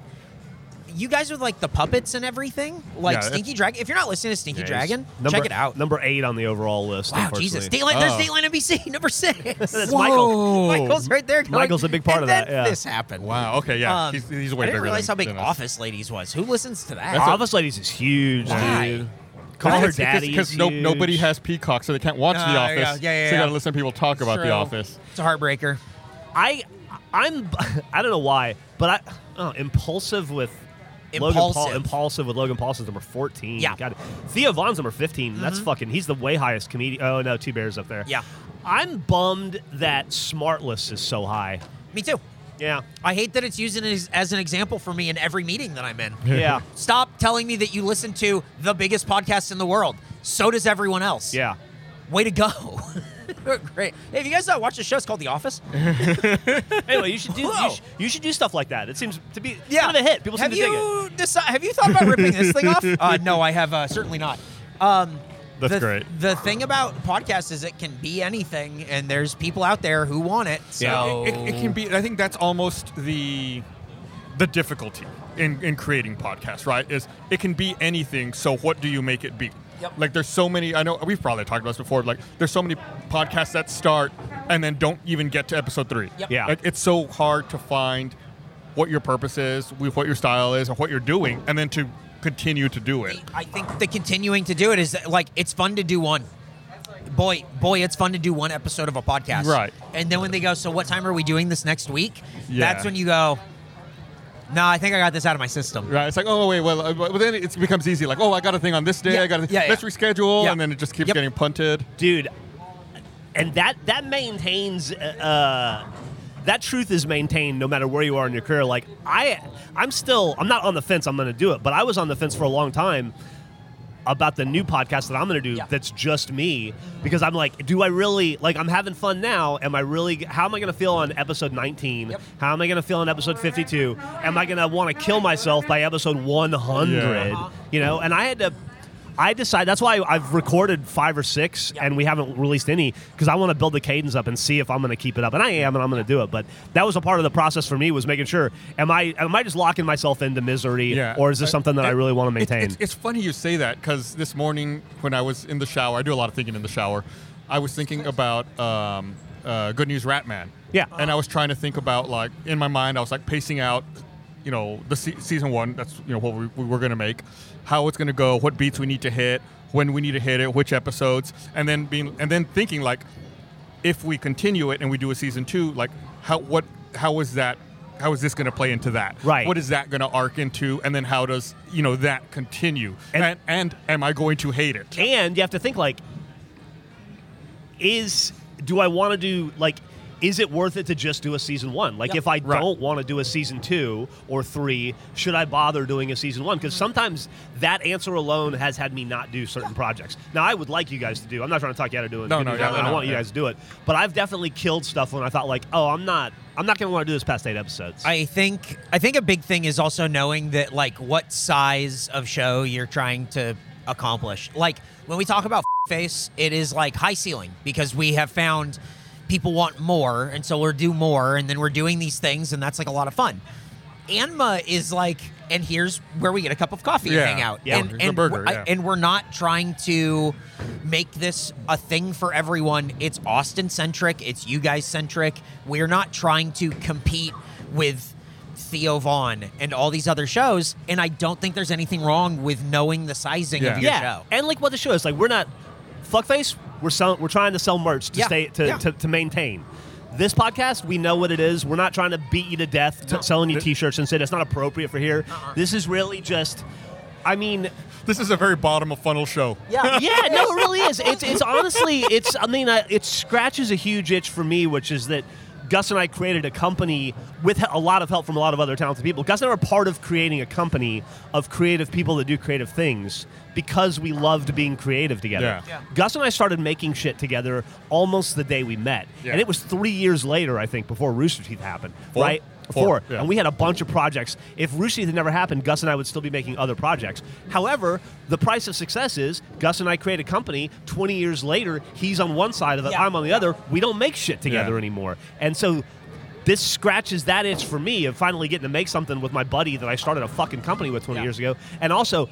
You guys with like the puppets and everything, like Yeah, it's- Stinky Dragon. If you're not listening to Stinky Yeah, he's Dragon, number- check it out. Number eight on the overall list. Wow, Jesus. unfortunately. Dateline, there's Oh. Dateline NBC, number six. That's Michael. Michael's right there. Going, Michael's a big part and of that, then yeah. This happened. Wow. Okay. Yeah. Um, he's, he's way I didn't bigger realize than- how big than us. Office Ladies was. Who listens to that? That's a- Office Ladies is huge, Why? dude. Call Because her it's- because- daddy. Because is no, huge. nobody has Peacock, so they can't watch Ah, The yeah, Office. yeah, yeah, so you yeah. gotta listen to people talk about The True. Office. It's a heartbreaker. I I'm I don't know why, but I oh, impulsive with Logan Paul. Impulsive. Impulsive with Logan Paul is number fourteen. Yeah. God, Theo Vaughn's number 15 That's fucking. He's the way highest comedian. Oh no, two bears up there. Yeah. I'm bummed that Smartless is so high. Me too. Yeah. I hate that it's used as, as an example for me in every meeting that I'm in. Yeah. Stop telling me that you listen to the biggest podcast in the world. So does everyone else. Yeah. Way to go. Great. Hey, if you guys not watch the show, it's called The Office. Anyway, you should do Whoa. you should, you should do stuff like that. It seems to be yeah. kind of a hit. People have seem to dig it. you deci- have you thought about ripping this thing off? Uh, no, I have uh, certainly not. Um, That's the, great. The thing about podcasts is it can be anything, and there's people out there who want it. So It, it- it can be. I think that's almost the the difficulty in, in creating podcasts, right? Is it can be anything. So what do you make it be? Yep. Like there's so many. I know we've probably talked about this before. Like there's so many podcasts that start and then don't even get to episode three. Yep. Yeah. Like, it's so hard to find what your purpose is, with what your style is, and what you're doing, and then to continue to do it. I think the continuing to do it is like it's fun to do one. Boy, boy, it's fun to do one episode of a podcast. Right. And then when they go, so what time are we doing this next week? Yeah. That's when you go. No, I think I got this out of my system. Right, it's like oh wait, well, uh, but then it becomes easy. Like oh, I got a thing on this day, Yeah, I got a yeah, yeah. let's reschedule, Yeah. and then it just keeps Yep. getting punted. dude and that that maintains uh that truth is maintained no matter where you are in your career like i i'm still i'm not on the fence i'm gonna do it but i was on the fence for a long time about the new podcast that i'm gonna do Yeah. that's just me because i'm like do i really like i'm having fun now am i really how am i gonna feel on episode 19 Yep. how am i gonna feel on episode 52 am i gonna want to kill myself by episode 100 Yeah. Uh-huh. you know and i had to i decide that's why i've recorded five or six Yeah. and we haven't released any because i want to build the cadence up and see if i'm going to keep it up and i am and i'm going to do it but that was a part of the process for me was making sure am i am i just locking myself into misery or is this I- something that i Uh, it- really want to it's- maintain It's, it's funny you say that because this morning when I was in the shower, I do a lot of thinking in the shower. I was thinking about um, uh, Good News Rat Man. Yeah. and I was trying to think about like in my mind, I was like pacing out, you know, the se- season one. That's you know what we, we were gonna make, how it's gonna go, what beats we need to hit, when we need to hit it, which episodes, and then being and then thinking like, if we continue it and we do a season two, like how what how is that how is this going to play into that? Right. What is that going to arc into, and then how does you know that continue? And- And and, am I going to hate it? and you have to think like is do i want to do like is it worth it to just do a season one like Yep. if i Right. don't want to do a season two or three should i bother doing a season one because sometimes that answer alone has had me not do certain projects now i would like you guys to do i'm not trying to talk you out of doing No, good no, news, yeah, i, I no, no, want you yeah. guys to do it but i've definitely killed stuff when i thought like oh i'm not i'm not going to want to do this past eight episodes I think I think a big thing is also knowing that like what size of show you're trying to accomplish. Like when we talk about face, it is like high ceiling because we have found people want more, and so we're do more, and then we're doing these things, and that's like a lot of fun. Anma is like, and here's where we get a cup of coffee Yeah, and hang out. yeah, and, it's a and burger, we're- I- yeah. and we're not trying to make this a thing for everyone. It's Austin centric. It's you guys centric. We're not trying to compete with Theo Vaughn and all these other shows. And I don't think there's anything wrong with knowing the sizing Yeah. of your yeah show. and like what the show is like we're not fuckface we're selling we're trying to sell merch to Yeah. stay to, Yeah. to, to maintain This podcast, we know what it is. We're not trying to beat you to death t- selling you T-shirts and say that's not appropriate for here. Uh-uh. This is really just, I mean, This is a very bottom of funnel show. Yeah. yeah, no, it really is. It's it's honestly, it's I mean, I, it scratches a huge itch for me, which is that Gus and I created a company with a lot of help from a lot of other talented people. Gus and I were part of creating a company of creative people that do creative things because we loved being creative together. Yeah. Yeah. Gus and I started making shit together almost the day we met, Yeah. and it was three years later, I think, before Rooster Teeth happened, Four? right? Four, yeah. and we had a bunch of projects. If Rooster Teeth had never happened, Gus and I would still be making other projects. However, the price of success is Gus and I create a company. Twenty years later, he's on one side of it, Yeah. I'm on the other. We don't make shit together Yeah. anymore, and so this scratches that itch for me of finally getting to make something with my buddy that I started a fucking company with twenty Yeah. years ago, and also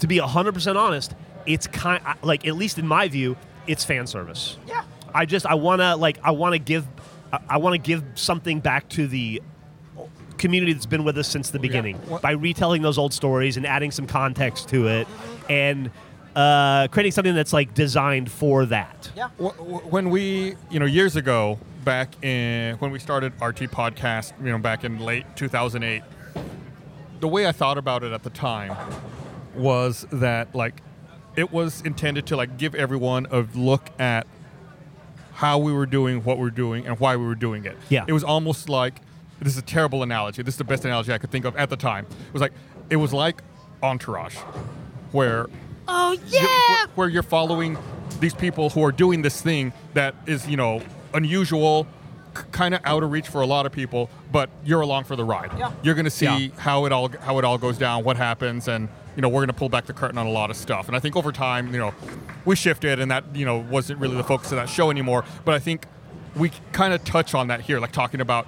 to be 100% honest, it's kind like at least in my view, it's fan service. Yeah. I just I want to like I want to give I, I want to give something back to the community that's been with us since the beginning What- by retelling those old stories and adding some context to it and uh, creating something that's like designed for that. Yeah. Wh- wh- When we, you know, years ago, back in when we started RT podcast, you know, back in late 2008, the way I thought about it at the time was that like it was intended to like give everyone a look at how we were doing what we were doing and why we were doing it. Yeah. It was almost like this is a terrible analogy. This is the best analogy I could think of at the time. It was like it was like entourage where Oh you- wh- where you're following these people who are doing this thing that is, you know, unusual, kind of out of reach for a lot of people, but you're along for the ride. Yeah. You're going to see Yeah. how it all how it all goes down, what happens, and you know, we're going to pull back the curtain on a lot of stuff. And I think over time, you know, we shifted, and that you know wasn't really the focus of that show anymore. But I think we kind of touch on that here, like talking about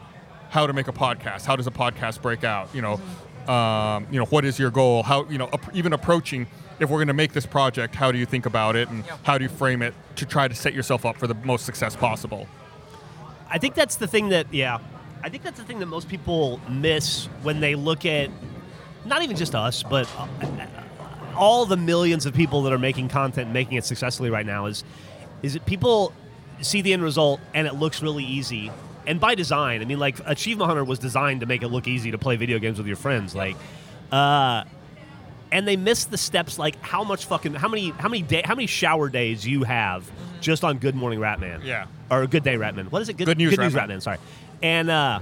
how to make a podcast. How does a podcast break out? You know, um, you know, what is your goal? How you know, ap- even approaching if we're going to make this project, how do you think about it, and Yeah. how do you frame it to try to set yourself up for the most success possible? I think that's the thing that yeah, I think that's the thing that most people miss when they look at not even just us, but uh, all the millions of people that are making content and making it successfully right now is is that people see the end result and it looks really easy. And by design, I mean like Achievement Hunter was designed to make it look easy to play video games with your friends. Like uh, and they miss the steps like how much fucking how many how many day how many shower days you have just on Good Morning Ratman. Yeah. Or Good Day Ratman. What is it? Good News Good News Ratman. Ratman. Sorry. And uh,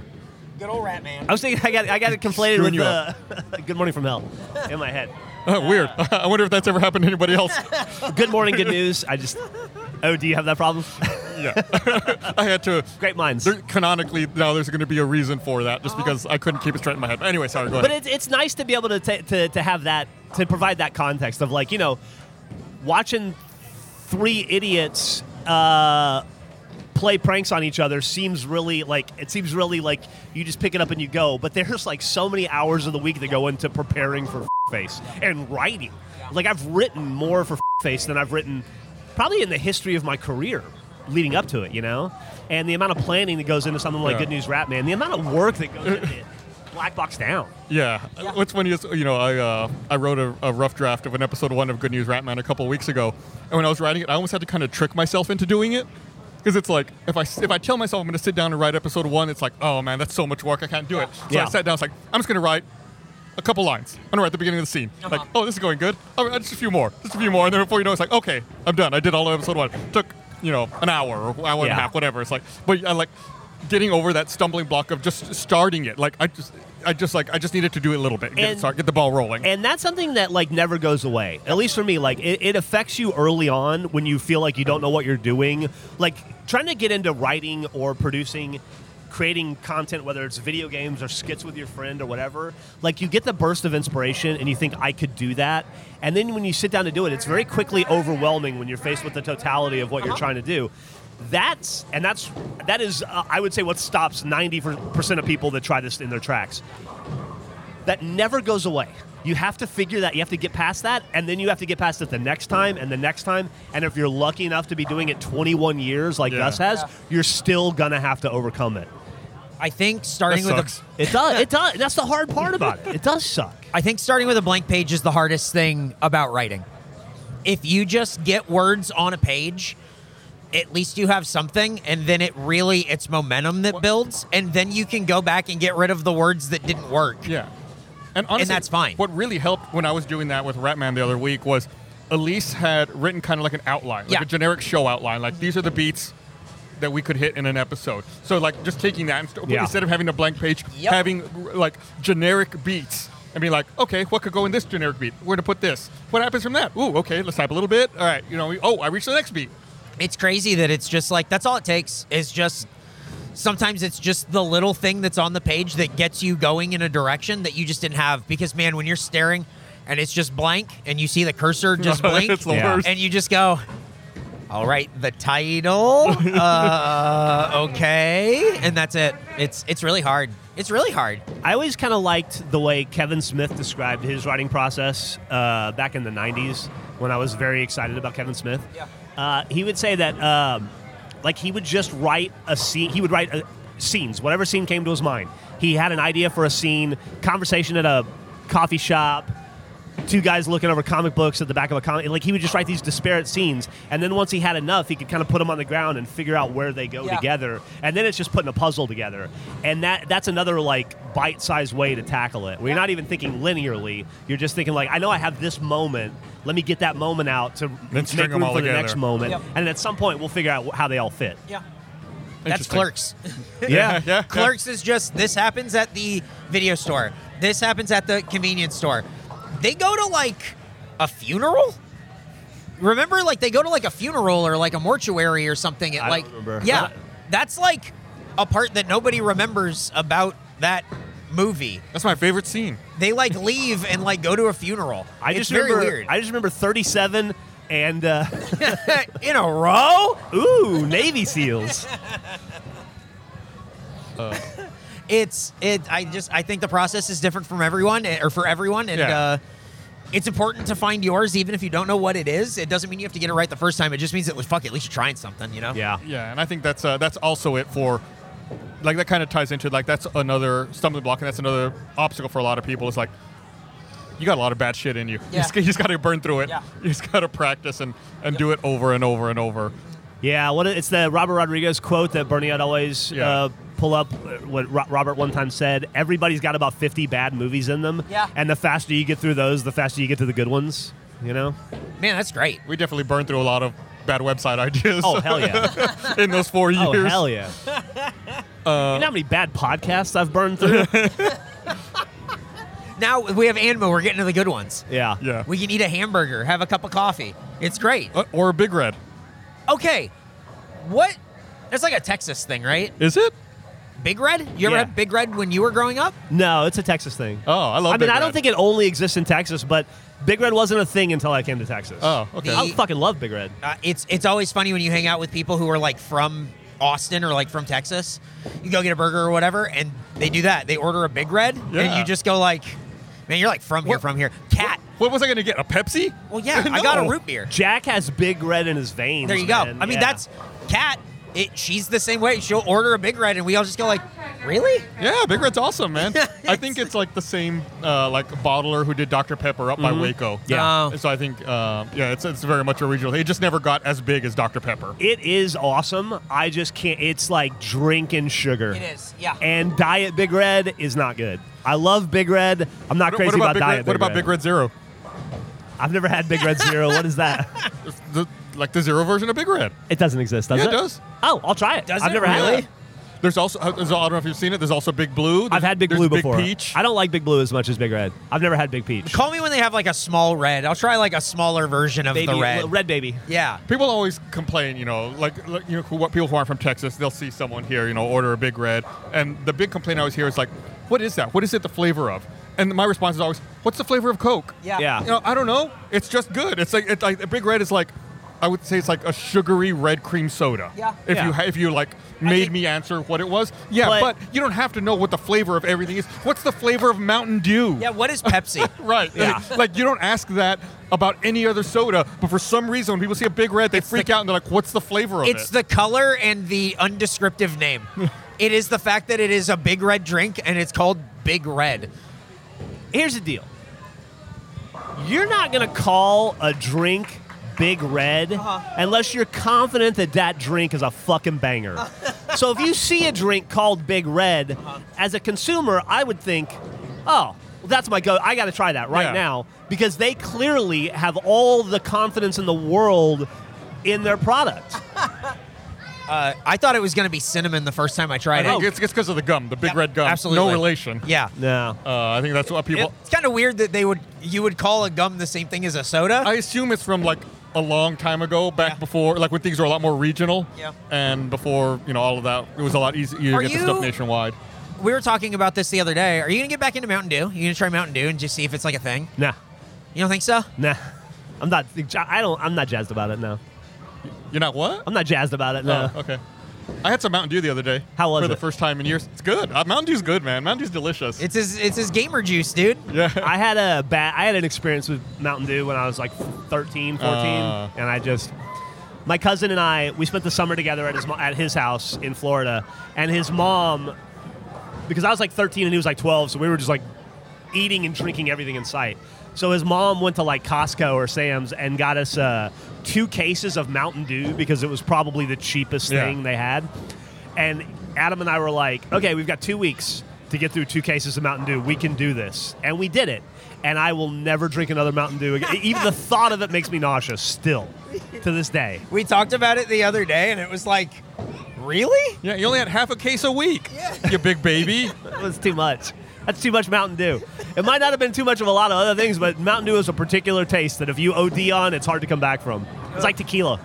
Good old rat man. I was thinking I got I got it conflated Screwing with you uh, Good Morning from Hell in my head. Weird. I wonder if that's ever happened to anybody else. Good Morning, Good News. I just oh, do you have that problem? yeah, I had to Great minds. There, canonically, now there's going to be a reason for that, just because I couldn't keep it straight in my head. Anyway, sorry. Go ahead. But it's, it's nice to be able to, ta to to have that to provide that context of like you know, watching three idiots uh, play pranks on each other seems really like it seems really like you just pick it up and you go. But there's like so many hours of the week that go into preparing for face and writing. Like I've written more for face than I've written probably in the history of my career leading up to it. You know, and the amount of planning that goes into something like Yeah. Good News Rap Man, the amount of work that goes into it. Black Box Down. yeah. What's funny is, you know, I uh, I wrote a, a rough draft of an episode one of Good News Ratman a couple weeks ago, and when I was writing it, I almost had to kind of trick myself into doing it. Because it's like if I s- if I tell myself I'm going to sit down and write episode one, it's like oh man that's so much work I can't do it. So Yeah. I sat down, it's like I'm just going to write a couple lines. I'm going to write the beginning of the scene. Like oh this is going good. All right, just a few more, just a few more, and then before you know it, it's like okay I'm done. I did all of episode one. Took you know an hour or hour and a Yeah. half, whatever. It's like but I like getting over that stumbling block of just starting it. Like I just I just like I just needed to do it a little bit, get And- it start, get the ball rolling. And that's something that like never goes away. At least for me, like it, it affects you early on when you feel like you don't know what you're doing. Like trying to get into writing or producing, creating content, whether it's video games or skits with your friend or whatever. Like you get the burst of inspiration and you think I could do that, and then when you sit down to do it, it's very quickly overwhelming when you're faced with the totality of what you're trying to do. That's and that's that is uh, I would say what stops ninety percent of people that try this in their tracks that never goes away. You have to figure that. You have to get past that, and then you have to get past it the next time, and the next time. And if you're lucky enough to be doing it 21 years like Yeah. Gus has, Yeah. you're still gonna have to overcome it. I think starting That with sucks. a It does. It does. That's the hard part about it. It does suck. I think starting with a blank page is the hardest thing about writing. If you just get words on a page, at least you have something and then it really it's momentum that builds and then you can go back and get rid of the words that didn't work Yeah. And honestly, that's fine. What really helped when I was doing that with Ratman the other week was Elise had written kind of like an outline, like Yeah. a generic show outline. Like these are the beats that we could hit in an episode. So like just taking that and st- Yeah. instead of having a blank page, Yep. having like generic beats. And be like, okay, what could go in this generic beat? We're gonna put this. What happens from that? Ooh, okay, let's type a little bit. All right, you know, we, oh, I reached the next beat. it's crazy that it's just like that's all it takes is just sometimes it's just the little thing that's on the page that gets you going in a direction that you just didn't have because man when you're staring and it's just blank and you see the cursor just blink it's the Yeah. worst. and you just go all right the title uh, okay and that's it it's it's really hard it's really hard I always kind of liked the way Kevin Smith described his writing process uh, back in the 90s when I was very excited about Kevin Smith. Yeah. Uh, he would say that, um, like, he would just write a scene, he would write uh scenes, whatever scene came to his mind. He had an idea for a scene, conversation at a coffee shop, two guys looking over comic books at the back of a comic. Like, he would just write these disparate scenes. And then once he had enough, he could kind of put them on the ground and figure out where they go Yeah. together together, and then it's just putting a puzzle together and that that's another like bite-sized way to tackle it where you're not even thinking linearly you're just thinking like i know i have this moment let me get that moment out to make string 'em room all for the together. next moment Yep. and at some point we'll figure out wh- how they all fit yeah that's Interesting. clerks Yeah, yeah. Clerks is just this happens at the video store. This happens at the convenience store. They go to like a funeral. Remember, like they go to like a funeral or like a mortuary or something. At, I don't like, remember. yeah, that's like a part that nobody remembers about that movie. That's my favorite scene. They like leave and like go to a funeral. i It's just very remember weird. i just remember 37 and uh, In a row, ooh navy seals it's it. I just I think the process is different from everyone eh, or for everyone, and Yeah. uh, it's important to find yours, even if you don't know what it is. It doesn't mean you have to get it right the first time. It just means that fuck, at least you're trying something, you know? yeah Yeah, and I think that's uh, that's also it for like that kind of ties into like that's another stumbling block and that's another obstacle for a lot of people is like you got a lot of bad shit in you. Yeah. You, just, you just got to burn through it. Yeah. You just got to practice and, and do it over and over and over. Yeah, what it's the Robert Rodriguez quote that Bernie had always Yeah. uh, pull up. uh, What Ro- Robert one time said: "Everybody's got about fifty bad movies in them, Yeah. and the faster you get through those, the faster you get to the good ones." You know? Man, that's great. We definitely burned through a lot of bad website ideas. Oh hell yeah! in those four years. oh hell yeah! Uh, you know how many bad podcasts I've burned through? Now we have Anmo. We're getting to the good ones. yeah. Yeah. We can eat a hamburger, have a cup of coffee. It's great. Uh, or Big Red. Okay, what? That's like a Texas thing, right? Is it? Big Red. You ever Yeah. had Big Red when you were growing up? No, it's a Texas thing. Oh, I love I mean, Big I don't Red. think it only exists in Texas, but Big Red wasn't a thing until I came to Texas. Oh, okay. The- I fucking love Big Red. uh, it's it's always funny when you hang out with people who are like from Austin or like from Texas. You go get a burger or whatever, and they do that. They order a big red, and Yeah. you just go like, "Man, you're like from here, What- from here." Cat. What was I going to get? A Pepsi? Well, yeah, I got a No. root beer. Jack has Big Red in his veins. There you go. man. I mean, Yeah. that's Cat. It, she's the same way. She'll order a big red, and we all just go like, "Really?" Yeah, Big Red's awesome, man. I think it's like the same uh, like bottler who did Dr Pepper up Mm-hmm. by Waco. Yeah. So I think um, yeah, it's it's very much original. It just never got as big as Dr Pepper. It is awesome. I just can't. It's like drinking sugar. is. Yeah. And Diet Big Red is not good. I love Big Red. I'm not crazy what about, Big Diet Red, Big What about Red. Big Red Zero? I've never had Big Red Zero. what is that? It's The, like the zero version of Big Red. It doesn't exist, does Yeah, it? it does. Oh, I'll try it. Does I've it never had really? it. There's also I don't know if you've seen it. There's also Big Blue. I've had Big There's Blue Big before. Peach. I don't like Big Blue as much as Big Red. I've never had Big Peach. Call me when they have like a small red. I'll try like a smaller version of baby, the red. well, red baby. Yeah. People always complain, you know, like, like you know, who, what people who aren't from Texas, they'll see someone here, you know, order a big red, and the big complaint I always hear is like, "What is that? What is it the flavor of?" And my response is always, "What's the flavor of Coke?" Yeah. Yeah. You know, I don't know. It's just good. It's like it's like a big red is like, I would say it's like a sugary red cream soda. Yeah. If Yeah. you ha- if you like made think- me answer what it was, yeah, But- but, you don't have to know what the flavor of everything is. What's the flavor of Mountain Dew? Yeah. What is Pepsi? Right. Yeah. Like you don't ask that about any other soda, but for some reason when people see a big red, they freak the- out and they're like, "What's the flavor of It's it?" the color and the undescriptive name. it is the fact that it is a big red drink and it's called Big Red. Here's the deal. You're not gonna call a drink Big Red unless you're confident that that drink is a fucking banger. so if you see a drink called Big Red, as a consumer, I would think, oh, well, that's my go. I got to try that right Yeah. now because they clearly have all the confidence in the world in their product. Uh, I thought it was going to be cinnamon the first time I I tried think it. it's because of the gum, the big red gum. Oh. Absolutely. No relation. Yeah. No. Uh, I think that's what people. it's kind of weird that they would you would call a gum the same thing as a soda. I assume it's from like a long time ago, back before, like when things were a lot more regional. Yeah. And before, you know, all of that, it was a lot easier to Are get the stuff you- nationwide. we were talking about this the other day. Are you going to get back into Mountain Dew? You going to try Mountain Dew and just see if it's like a thing? Nah. You don't think so? Nah. I'm not. I don't. I'm not jazzed about it. No. You're not what? I'm not jazzed about it. No. Oh, okay. I had some Mountain Dew the other day. How was For the it? first time in years. It's good. Uh, Mountain Dew's good, man. Mountain Dew's delicious. It's his it's his gamer juice, dude. yeah. I had a bad. I had an experience with Mountain Dew when I was like 13, 14, Uh. and I just. My cousin and I, we spent the summer together at his mo- at his house in Florida, and his mom, because I was like 13 and he was like 12, so we were just like eating and drinking everything in sight. So his mom went to like Costco or Sam's and got us uh, two cases of Mountain Dew because it was probably the cheapest Yeah. thing they had. And Adam and I were like, okay, we've got two weeks to get through two cases of Mountain Dew. We can do this. And we did it. And I will never drink another Mountain Dew again. Even the thought of it makes me nauseous still to this day. We talked about it the other day, and it was like, really? yeah, you only had half a case a week. Yeah. You big baby. It was too much. That's too much Mountain Dew. It might not have been too much of a lot of other things, but Mountain Dew is a particular taste that if you OD on, it's hard to come back from. It's like tequila.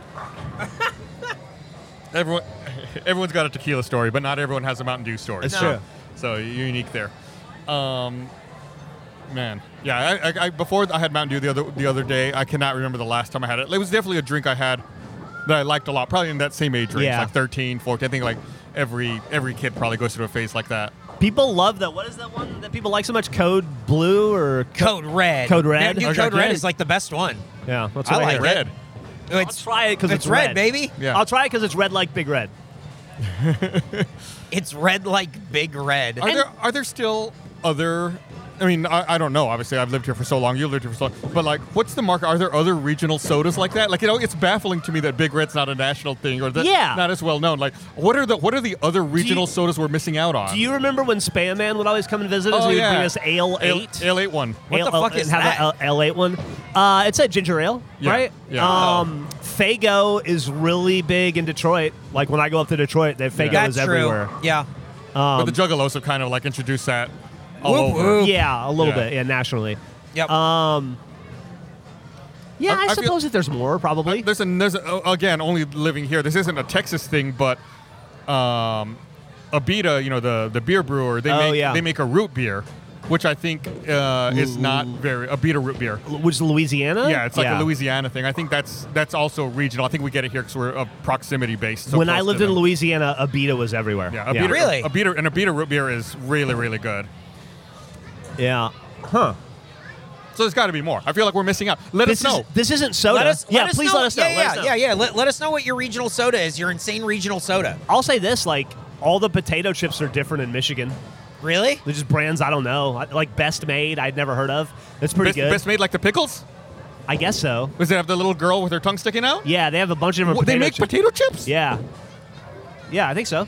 Everyone, everyone's got a tequila story, but not everyone has a Mountain Dew story. It's so, true. So you're unique there. Um, man, yeah. I, I, I, before I had Mountain Dew the other the other day, I cannot remember the last time I had it. It was definitely a drink I had that I liked a lot. Probably in that same age range, Yeah. like 13, 14. I think like every every kid probably goes through a phase like that. People love that. What is that one that people like so much? Code Blue or Code Red. Code Red? Dude, Okay, Code Red yeah. is like the best one. yeah, that's I what I, like hear. it. Red. It's try it 'cause it's red, red. baby. Yeah. I'll try it because it's red like Big Red. It's red like Big Red. Are there are there still other? I mean, I, I don't know. Obviously, I've lived here for so long. You lived here for so long. But like, what's the market? Are there other regional sodas like that? Like, you know, it's baffling to me that Big Red's not a national thing or that Yeah. not as well known. Like, what are the what are the other regional sodas we're missing out on? Do you remember when Spam Man would always come and visit Oh, us? and he would yeah. bring us Ale Ale, Eight. Ale eight one. What ale, the fuck uh, is have that? A L- L8 one. Uh, it's a ginger ale, Yeah, right? yeah. Oh. Um, Fago is really big in Detroit. Like when I go up to Detroit, they Fago That's is true. everywhere. Yeah. but the Juggalos have kind of like introduced that all Um, Whoop, over. whoop. Yeah, a little Yeah. bit. Yeah, nationally. Yep. Uh, Yeah, I- I, I feel- suppose that there's more probably. There's an there's a, oh, again only living here. This isn't a Texas thing, but um, Abita, you know the the beer brewer, they Oh, make yeah. they make a root beer, which I think uh, is not very Abita root beer. L- Which is Louisiana? Yeah, it's like a Louisiana thing. I think that's that's also regional. I think we get it here because we're of proximity based. So when I close to lived in them. Louisiana, Abita was everywhere. yeah, yeah. Abita, Really? Abita and Abita root beer is really really good. Yeah. Huh. So there's got to be more. I feel like we're missing out. Let This, us know. is, this isn't soda. Let us, yeah, let us please know. let us know. Yeah, let yeah, us know. yeah, yeah. Let, let us know what your regional soda is. Your insane regional soda. I'll say this: like all the potato chips are different in Michigan. Really? They're just brands I don't know, I- like Best Made. I'd never heard of. That's pretty best, good. best made like the pickles. I guess so. Was it have the little girl with her tongue sticking out? Yeah, they have a bunch of different. What, they potato make chips. potato chips. Yeah, yeah, I think so.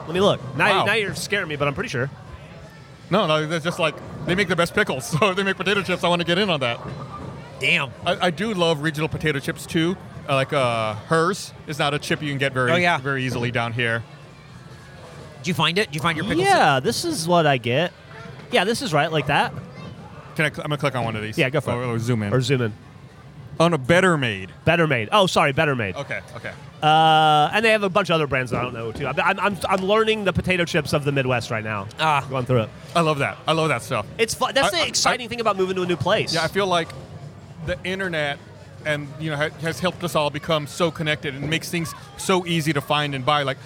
Let me look. Now, Wow. now you're scaring me, but I'm pretty sure. No, no, they're just like they make the best pickles. So if they make potato chips. I want to get in on that. Damn. I, I do love regional potato chips too. Uh, like uh, hers is not a chip you can get very Oh, yeah. very easily down here. Did you find it? Did you find your pickle? Yeah, this is what I get. Yeah, this is right, like that. Can I? cl- I'm gonna click on one of these. Yeah, go for or, it. Oh, Or zoom in. Or zoom in. on a better made. Better Made. Oh, sorry, Better Made. Okay. Okay. Uh, and they have a bunch of other brands that I don't know too. I'm, I'm, I'm, I'm learning the potato chips of the Midwest right now. Ah. going through it. I love that. I love that stuff. It's fun. That's I- the I- exciting thing about moving to a new place. Yeah, I feel like the internet and you know ha- has helped us all become so connected and makes things so easy to find and buy. Like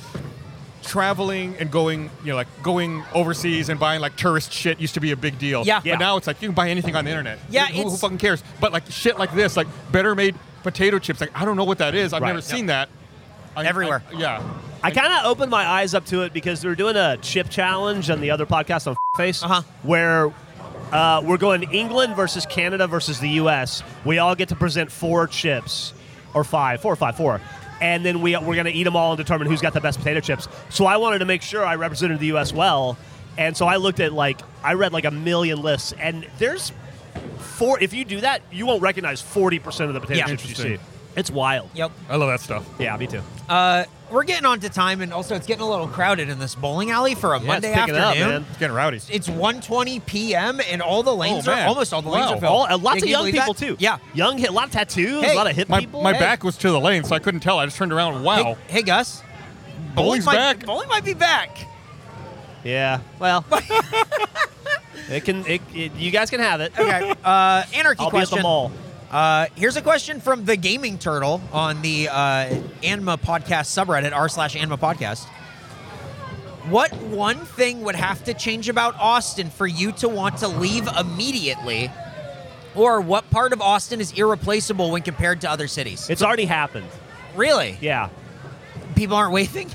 traveling and going, you know, like going overseas and buying like tourist shit used to be a big deal. Yeah. But Yeah. now it's like you can buy anything on the internet. Yeah, Who- Who, it's- fucking cares? But like shit like this, like better made potato chips. Like I don't know what that is. I've Right. never seen that. I- Everywhere. I- yeah. I kind of opened my eyes up to it because we were doing a chip challenge on the other podcast on Face, Uh-huh. where Uh, we're going England versus Canada versus the U.S. We all get to present four chips, or five, four or five, four, and then we we're gonna eat them all and determine who's got the best potato chips. So I wanted to make sure I represented the U.S. well, and so I looked at like I read like a million lists, and there's four. If you do that, you won't recognize forty percent of the potato Yeah. chips you see. Interesting. It's wild. Yep. I love that stuff. Yeah, me too. Uh, we're getting on to time, and also it's getting a little crowded in this bowling alley for a Yeah, Monday it's picking up, afternoon. man. It's getting rowdy. It's 1:20 p.m. and all the lanes Oh, are man. almost all the lanes Wow. are filled. All, a lot Yeah, of can you young believe people that? too. Yeah. young hit, a lot of tattoos, Hey, a lot of hip My, people. my hey. back was to the lane, so I couldn't tell. I just turned around. Hey, Wow. hey Gus. Bowling's might, back. Bowling might be back. Yeah. Well, it can. It, it, you guys can have it. Okay. Uh, anarchy I'll be at question. the mall. Uh, here's a question from the Gaming Turtle on the uh, Anma podcast subreddit r slash Anma podcast. What one thing would have to change about Austin for you to want to leave immediately, or what part of Austin is irreplaceable when compared to other cities? It's already happened. really, Yeah. people aren't waving.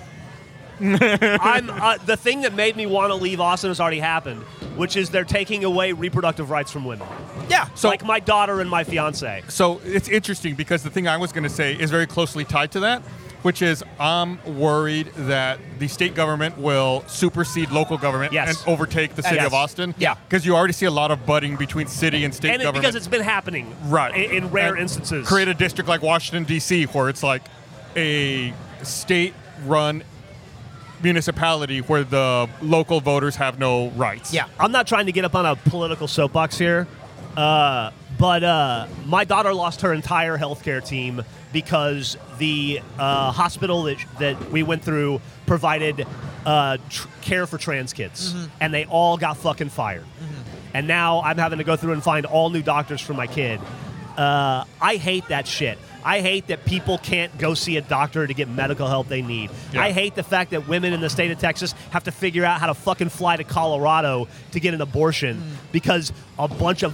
I'm uh, the thing that made me want to leave Austin has already happened, which is they're taking away reproductive rights from women, Yeah. So- like my daughter and my fiance. So it's interesting because the thing I was going to say is very closely tied to that, which is I'm worried that the state government will supersede local government Yes. Uh, and overtake the city Yes. of Austin. Yeah. Because you already see a lot of budding between city and state And it, government. because it's been happening right i- in, rare And instances. Create a district like Washington D.C. where it's like a state-run municipality where the local voters have no rights. Yeah. I'm not trying to get up on a political soapbox here, uh, but uh, my daughter lost her entire healthcare team because the uh, hospital that, that we went through provided uh, tr- care for trans kids, and they all got fucking fired. And now I'm having to go through and find all new doctors for my kid. Uh, I hate that shit. I hate that people can't go see a doctor to get medical help they need. Yeah. I hate the fact that women in the state of Texas have to figure out how to fucking fly to Colorado to get an abortion because a bunch of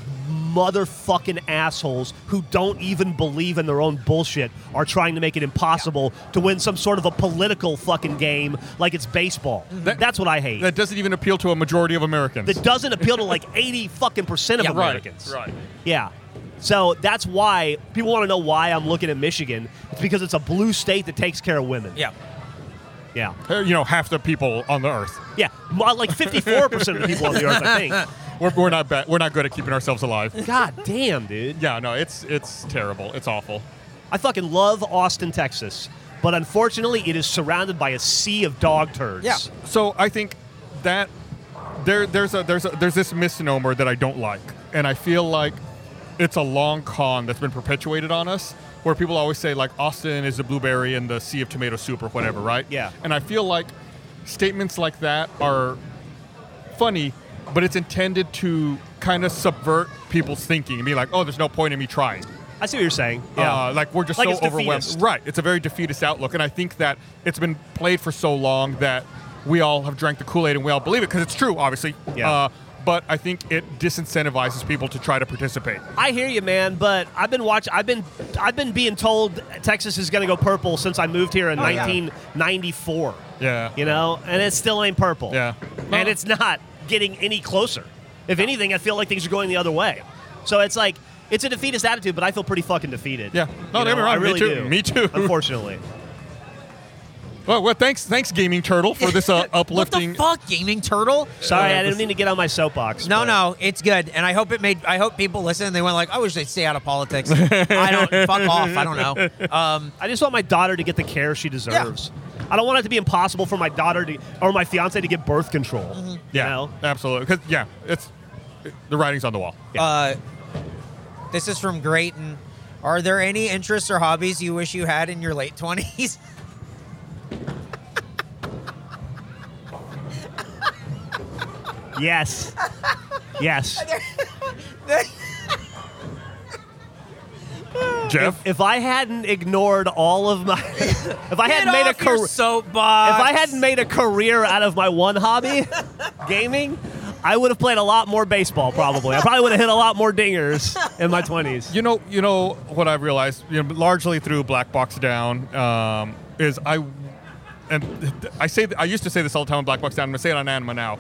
motherfucking assholes who don't even believe in their own bullshit are trying to make it impossible to win some sort of a political fucking game like it's baseball. That- That's what I hate. That doesn't even appeal to a majority of Americans. that doesn't appeal to like 80 fucking percent of Yeah, right, Americans. right. Yeah. So that's why people want to know why I'm looking at Michigan. It's because it's a blue state that takes care of women. Yeah. Yeah. Uh, you know, half the people on the earth. Yeah, mo- like 54% of the people on the earth, I think. We're, we're not bad. We're not good at keeping ourselves alive. God damn, dude. Yeah, no, it's it's terrible. It's awful. I fucking love Austin, Texas, but unfortunately, it is surrounded by a sea of dog turds. Yeah. So I think that there there's a there's a, there's this misnomer that I don't like, and I feel like it's a long con that's been perpetuated on us, where people always say like Austin is a blueberry in the sea of tomato soup or whatever, right? Yeah. And I feel like statements like that are funny, but it's intended to kind of subvert people's thinking and be like, oh, there's no point in me trying. I see what you're saying. Yeah. Uh, like we're just Like so it's overwhelmed. defeatist. Right. It's a very defeatist outlook, and I think that it's been played for so long that we all have drank the Kool Aid and we all believe it because it's true, obviously. Yeah. Uh, but I think it disincentivizes people to try to participate. I hear you, man, but I've been watching. I've been I've been being told Texas is going to go purple since I moved here in Oh, yeah. 1994. Yeah. You know, and it still ain't purple. Yeah. and it's not getting any closer. If anything, I feel like things are going the other way. So it's like it's a defeatist attitude, but I feel pretty fucking defeated. Yeah. No, don't You get me I wrong. Me really too. do. Me too. Unfortunately, Well, well, thanks, thanks, Gaming Turtle, for this uh, uplifting. What the fuck, Gaming Turtle? sorry, Uh, I didn't mean to get on my soapbox. No, but- no, it's good, and I hope it made. I hope people listen. and They went like, "I wish they'd stay out of politics." I don't. Fuck off. I don't know. Um, I just want my daughter to get the care she deserves. I don't want it to be impossible for my daughter to or my fiance to get birth control. Mm-hmm. yeah. You know? Absolutely. Because yeah, it's it- the writing's on the wall. uh, this is from Grayton. Are there any interests or hobbies you wish you had in your late twenties? Yes. Yes. Jeff. If I hadn't ignored all of my, if I hadn't made a career, if soapbox. I hadn't made a career out of my one hobby, gaming, I would have played a lot more baseball. Probably, I probably would have hit a lot more dingers in my twenties. You know, you know what I've realized, you know, largely through Black Box Down, um, is I, and I say I used to say this all the time on Black Box Down. I'm gonna say it on Anima now.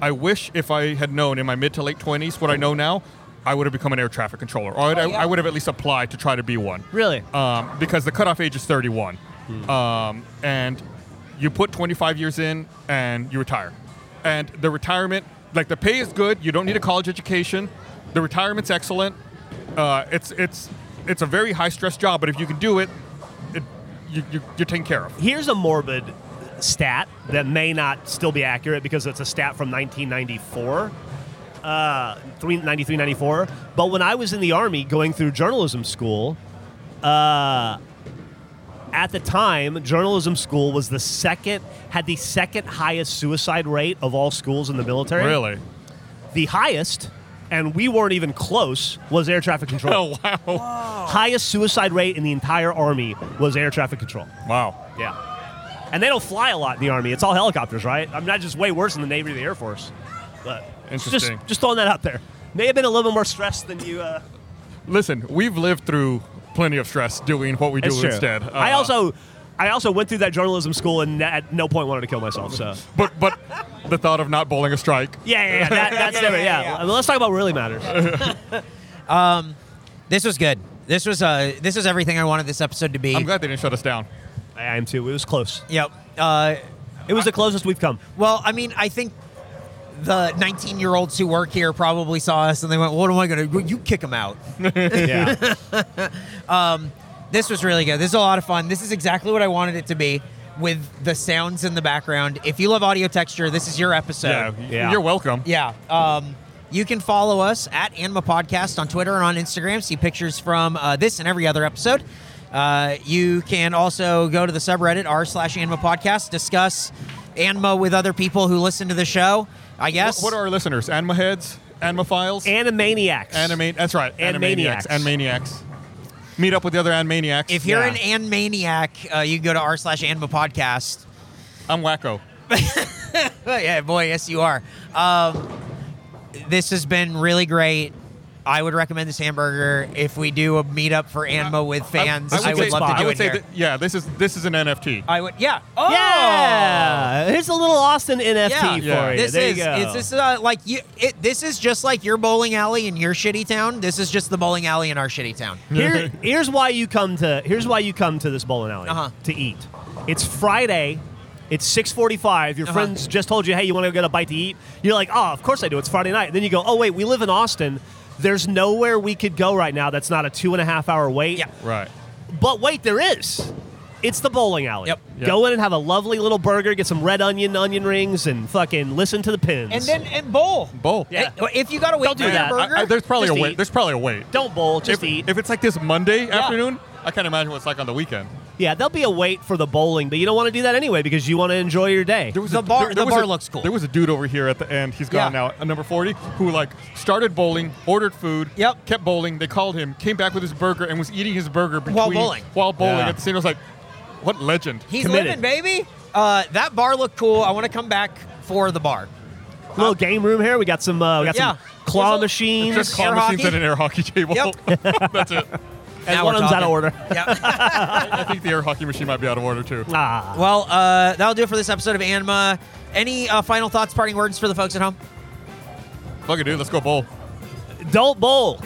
I wish if I had known in my mid to late 20s what I know now, I would have become an air traffic controller, or I'd- Oh, yeah. I would have at least applied to try to be one. Really? Um, because the cutoff age is 31, Hmm. um, and you put 25 years in and you retire, and the retirement, like the pay is good. You don't need a college education. The retirement's excellent. Uh, it's it's it's a very high stress job, but if you can do it, it you, you, you're taken care of. Here's a morbid stat that may not still be accurate because it's a stat from 1994. Uh, 93, 94. But when I was in the Army going through journalism school, uh, at the time, journalism school was the second, had the second highest suicide rate of all schools in the military. Really? The highest, and we weren't even close, was air traffic control. Oh wow! Highest suicide rate in the entire Army was air traffic control. Wow. Yeah. And they don't fly a lot in the Army. It's all helicopters, right? I'm not just way worse than the Navy or the Air Force. But Interesting. Just, just throwing that out there. May have been a little bit more stressed than you. Uh, Listen, we've lived through plenty of stress doing what we do instead. I Uh, also, I also went through that journalism school and at no point wanted to kill myself. So but but the thought of not bowling a strike. yeah, yeah, yeah that, that's Yeah, never. yeah, Yeah, yeah, yeah. I mean, let's talk about what really matters. This was good. This was uh this was everything I wanted this episode to be. I'm glad they didn't shut us down. I am too. It was close. Yep. Uh, It was the closest we've come. well, I mean, I think the 19 year olds who work here probably saw us and they went, "What am I gonna? do? You kick them out." Yeah. This was really good. This is a lot of fun. This is exactly what I wanted it to be with the sounds in the background. If you love audio texture, this is your episode. Yeah, Yeah. you're welcome. Oh, Yeah. Um, you can follow us at Anima Podcast on Twitter and on Instagram. See pictures from uh, this and every other episode. Uh, you can also go to the subreddit r slash Anima Podcast. Discuss Anima with other people who listen to the show. I What, guess. what are our listeners? Anima heads, anima files, Animaniacs. anima. That's right. Animaniacs. Animaniacs. Meet up with the other animaniacs. if you're Yeah. an an maniac, uh, you can go to r slash Anima Podcast. I'm wacko. Oh, yeah, boy, yes, you are. Um, this has been really great. I would recommend this hamburger. If we do a meetup for Anima with fans, I, would, say- love to do I would it say here. that- yeah, this is this is an NFT. I would, yeah. Oh, Yeah. Here's a little Austin NFT Yeah. for Yeah. you. This there is you go. it's this uh, like you. It, this is just like your bowling alley in your shitty town. This is just the bowling alley in our shitty town. Here, here's why you come to here's why you come to this bowling alley Uh-huh. to eat. It's Friday. It's 6:45. Your Uh-huh. friends just told you, "Hey, you want to get a bite to eat?" You're like, "Oh, of course I do. It's Friday night." Then you go, "Oh wait, we live in Austin. There's nowhere we could go right now that's not a two and a half hour wait." Yeah. Right. But wait, there is. It's the bowling alley. Yep. Go in and have a lovely little burger, get some red onion onion rings, and fucking listen to the pins. And then and bowl. Bowl. Yeah. Hey, If you gotta wait Don't do for that. that burger, I- I- there's probably Just a eat. wait. There's probably a wait. don't bowl, just if, eat. if it's like this Monday afternoon, I can't imagine what it's like on the weekend. yeah, there'll be a wait for the bowling, but you don't want to do that anyway because you want to enjoy your day. There was The a, bar- there- there the was bar a- looks cool. There was a dude over here at the end. He's gone Yeah. now, a number forty, who like started bowling, ordered food, Yep. kept bowling. They called him, came back with his burger, and was eating his burger between, While bowling. While bowling, Yeah. at the same, I was like, "What legend?" he's committed. living, baby. Uh, that bar looked cool. I want to come back for the bar. little game room here. We got some uh, we got Yeah. some claw There's a- machines. Just air claw machines hockey? at an air hockey table. That's it. and Now we're one of them's out of talking. order. Yeah. I think the air hockey machine might be out of order too. Ah. Well, uh, that'll do it for this episode of Anima. Any uh, final thoughts, parting words for the folks at home? Fuck it, dude. Let's go bowl. Don't bowl.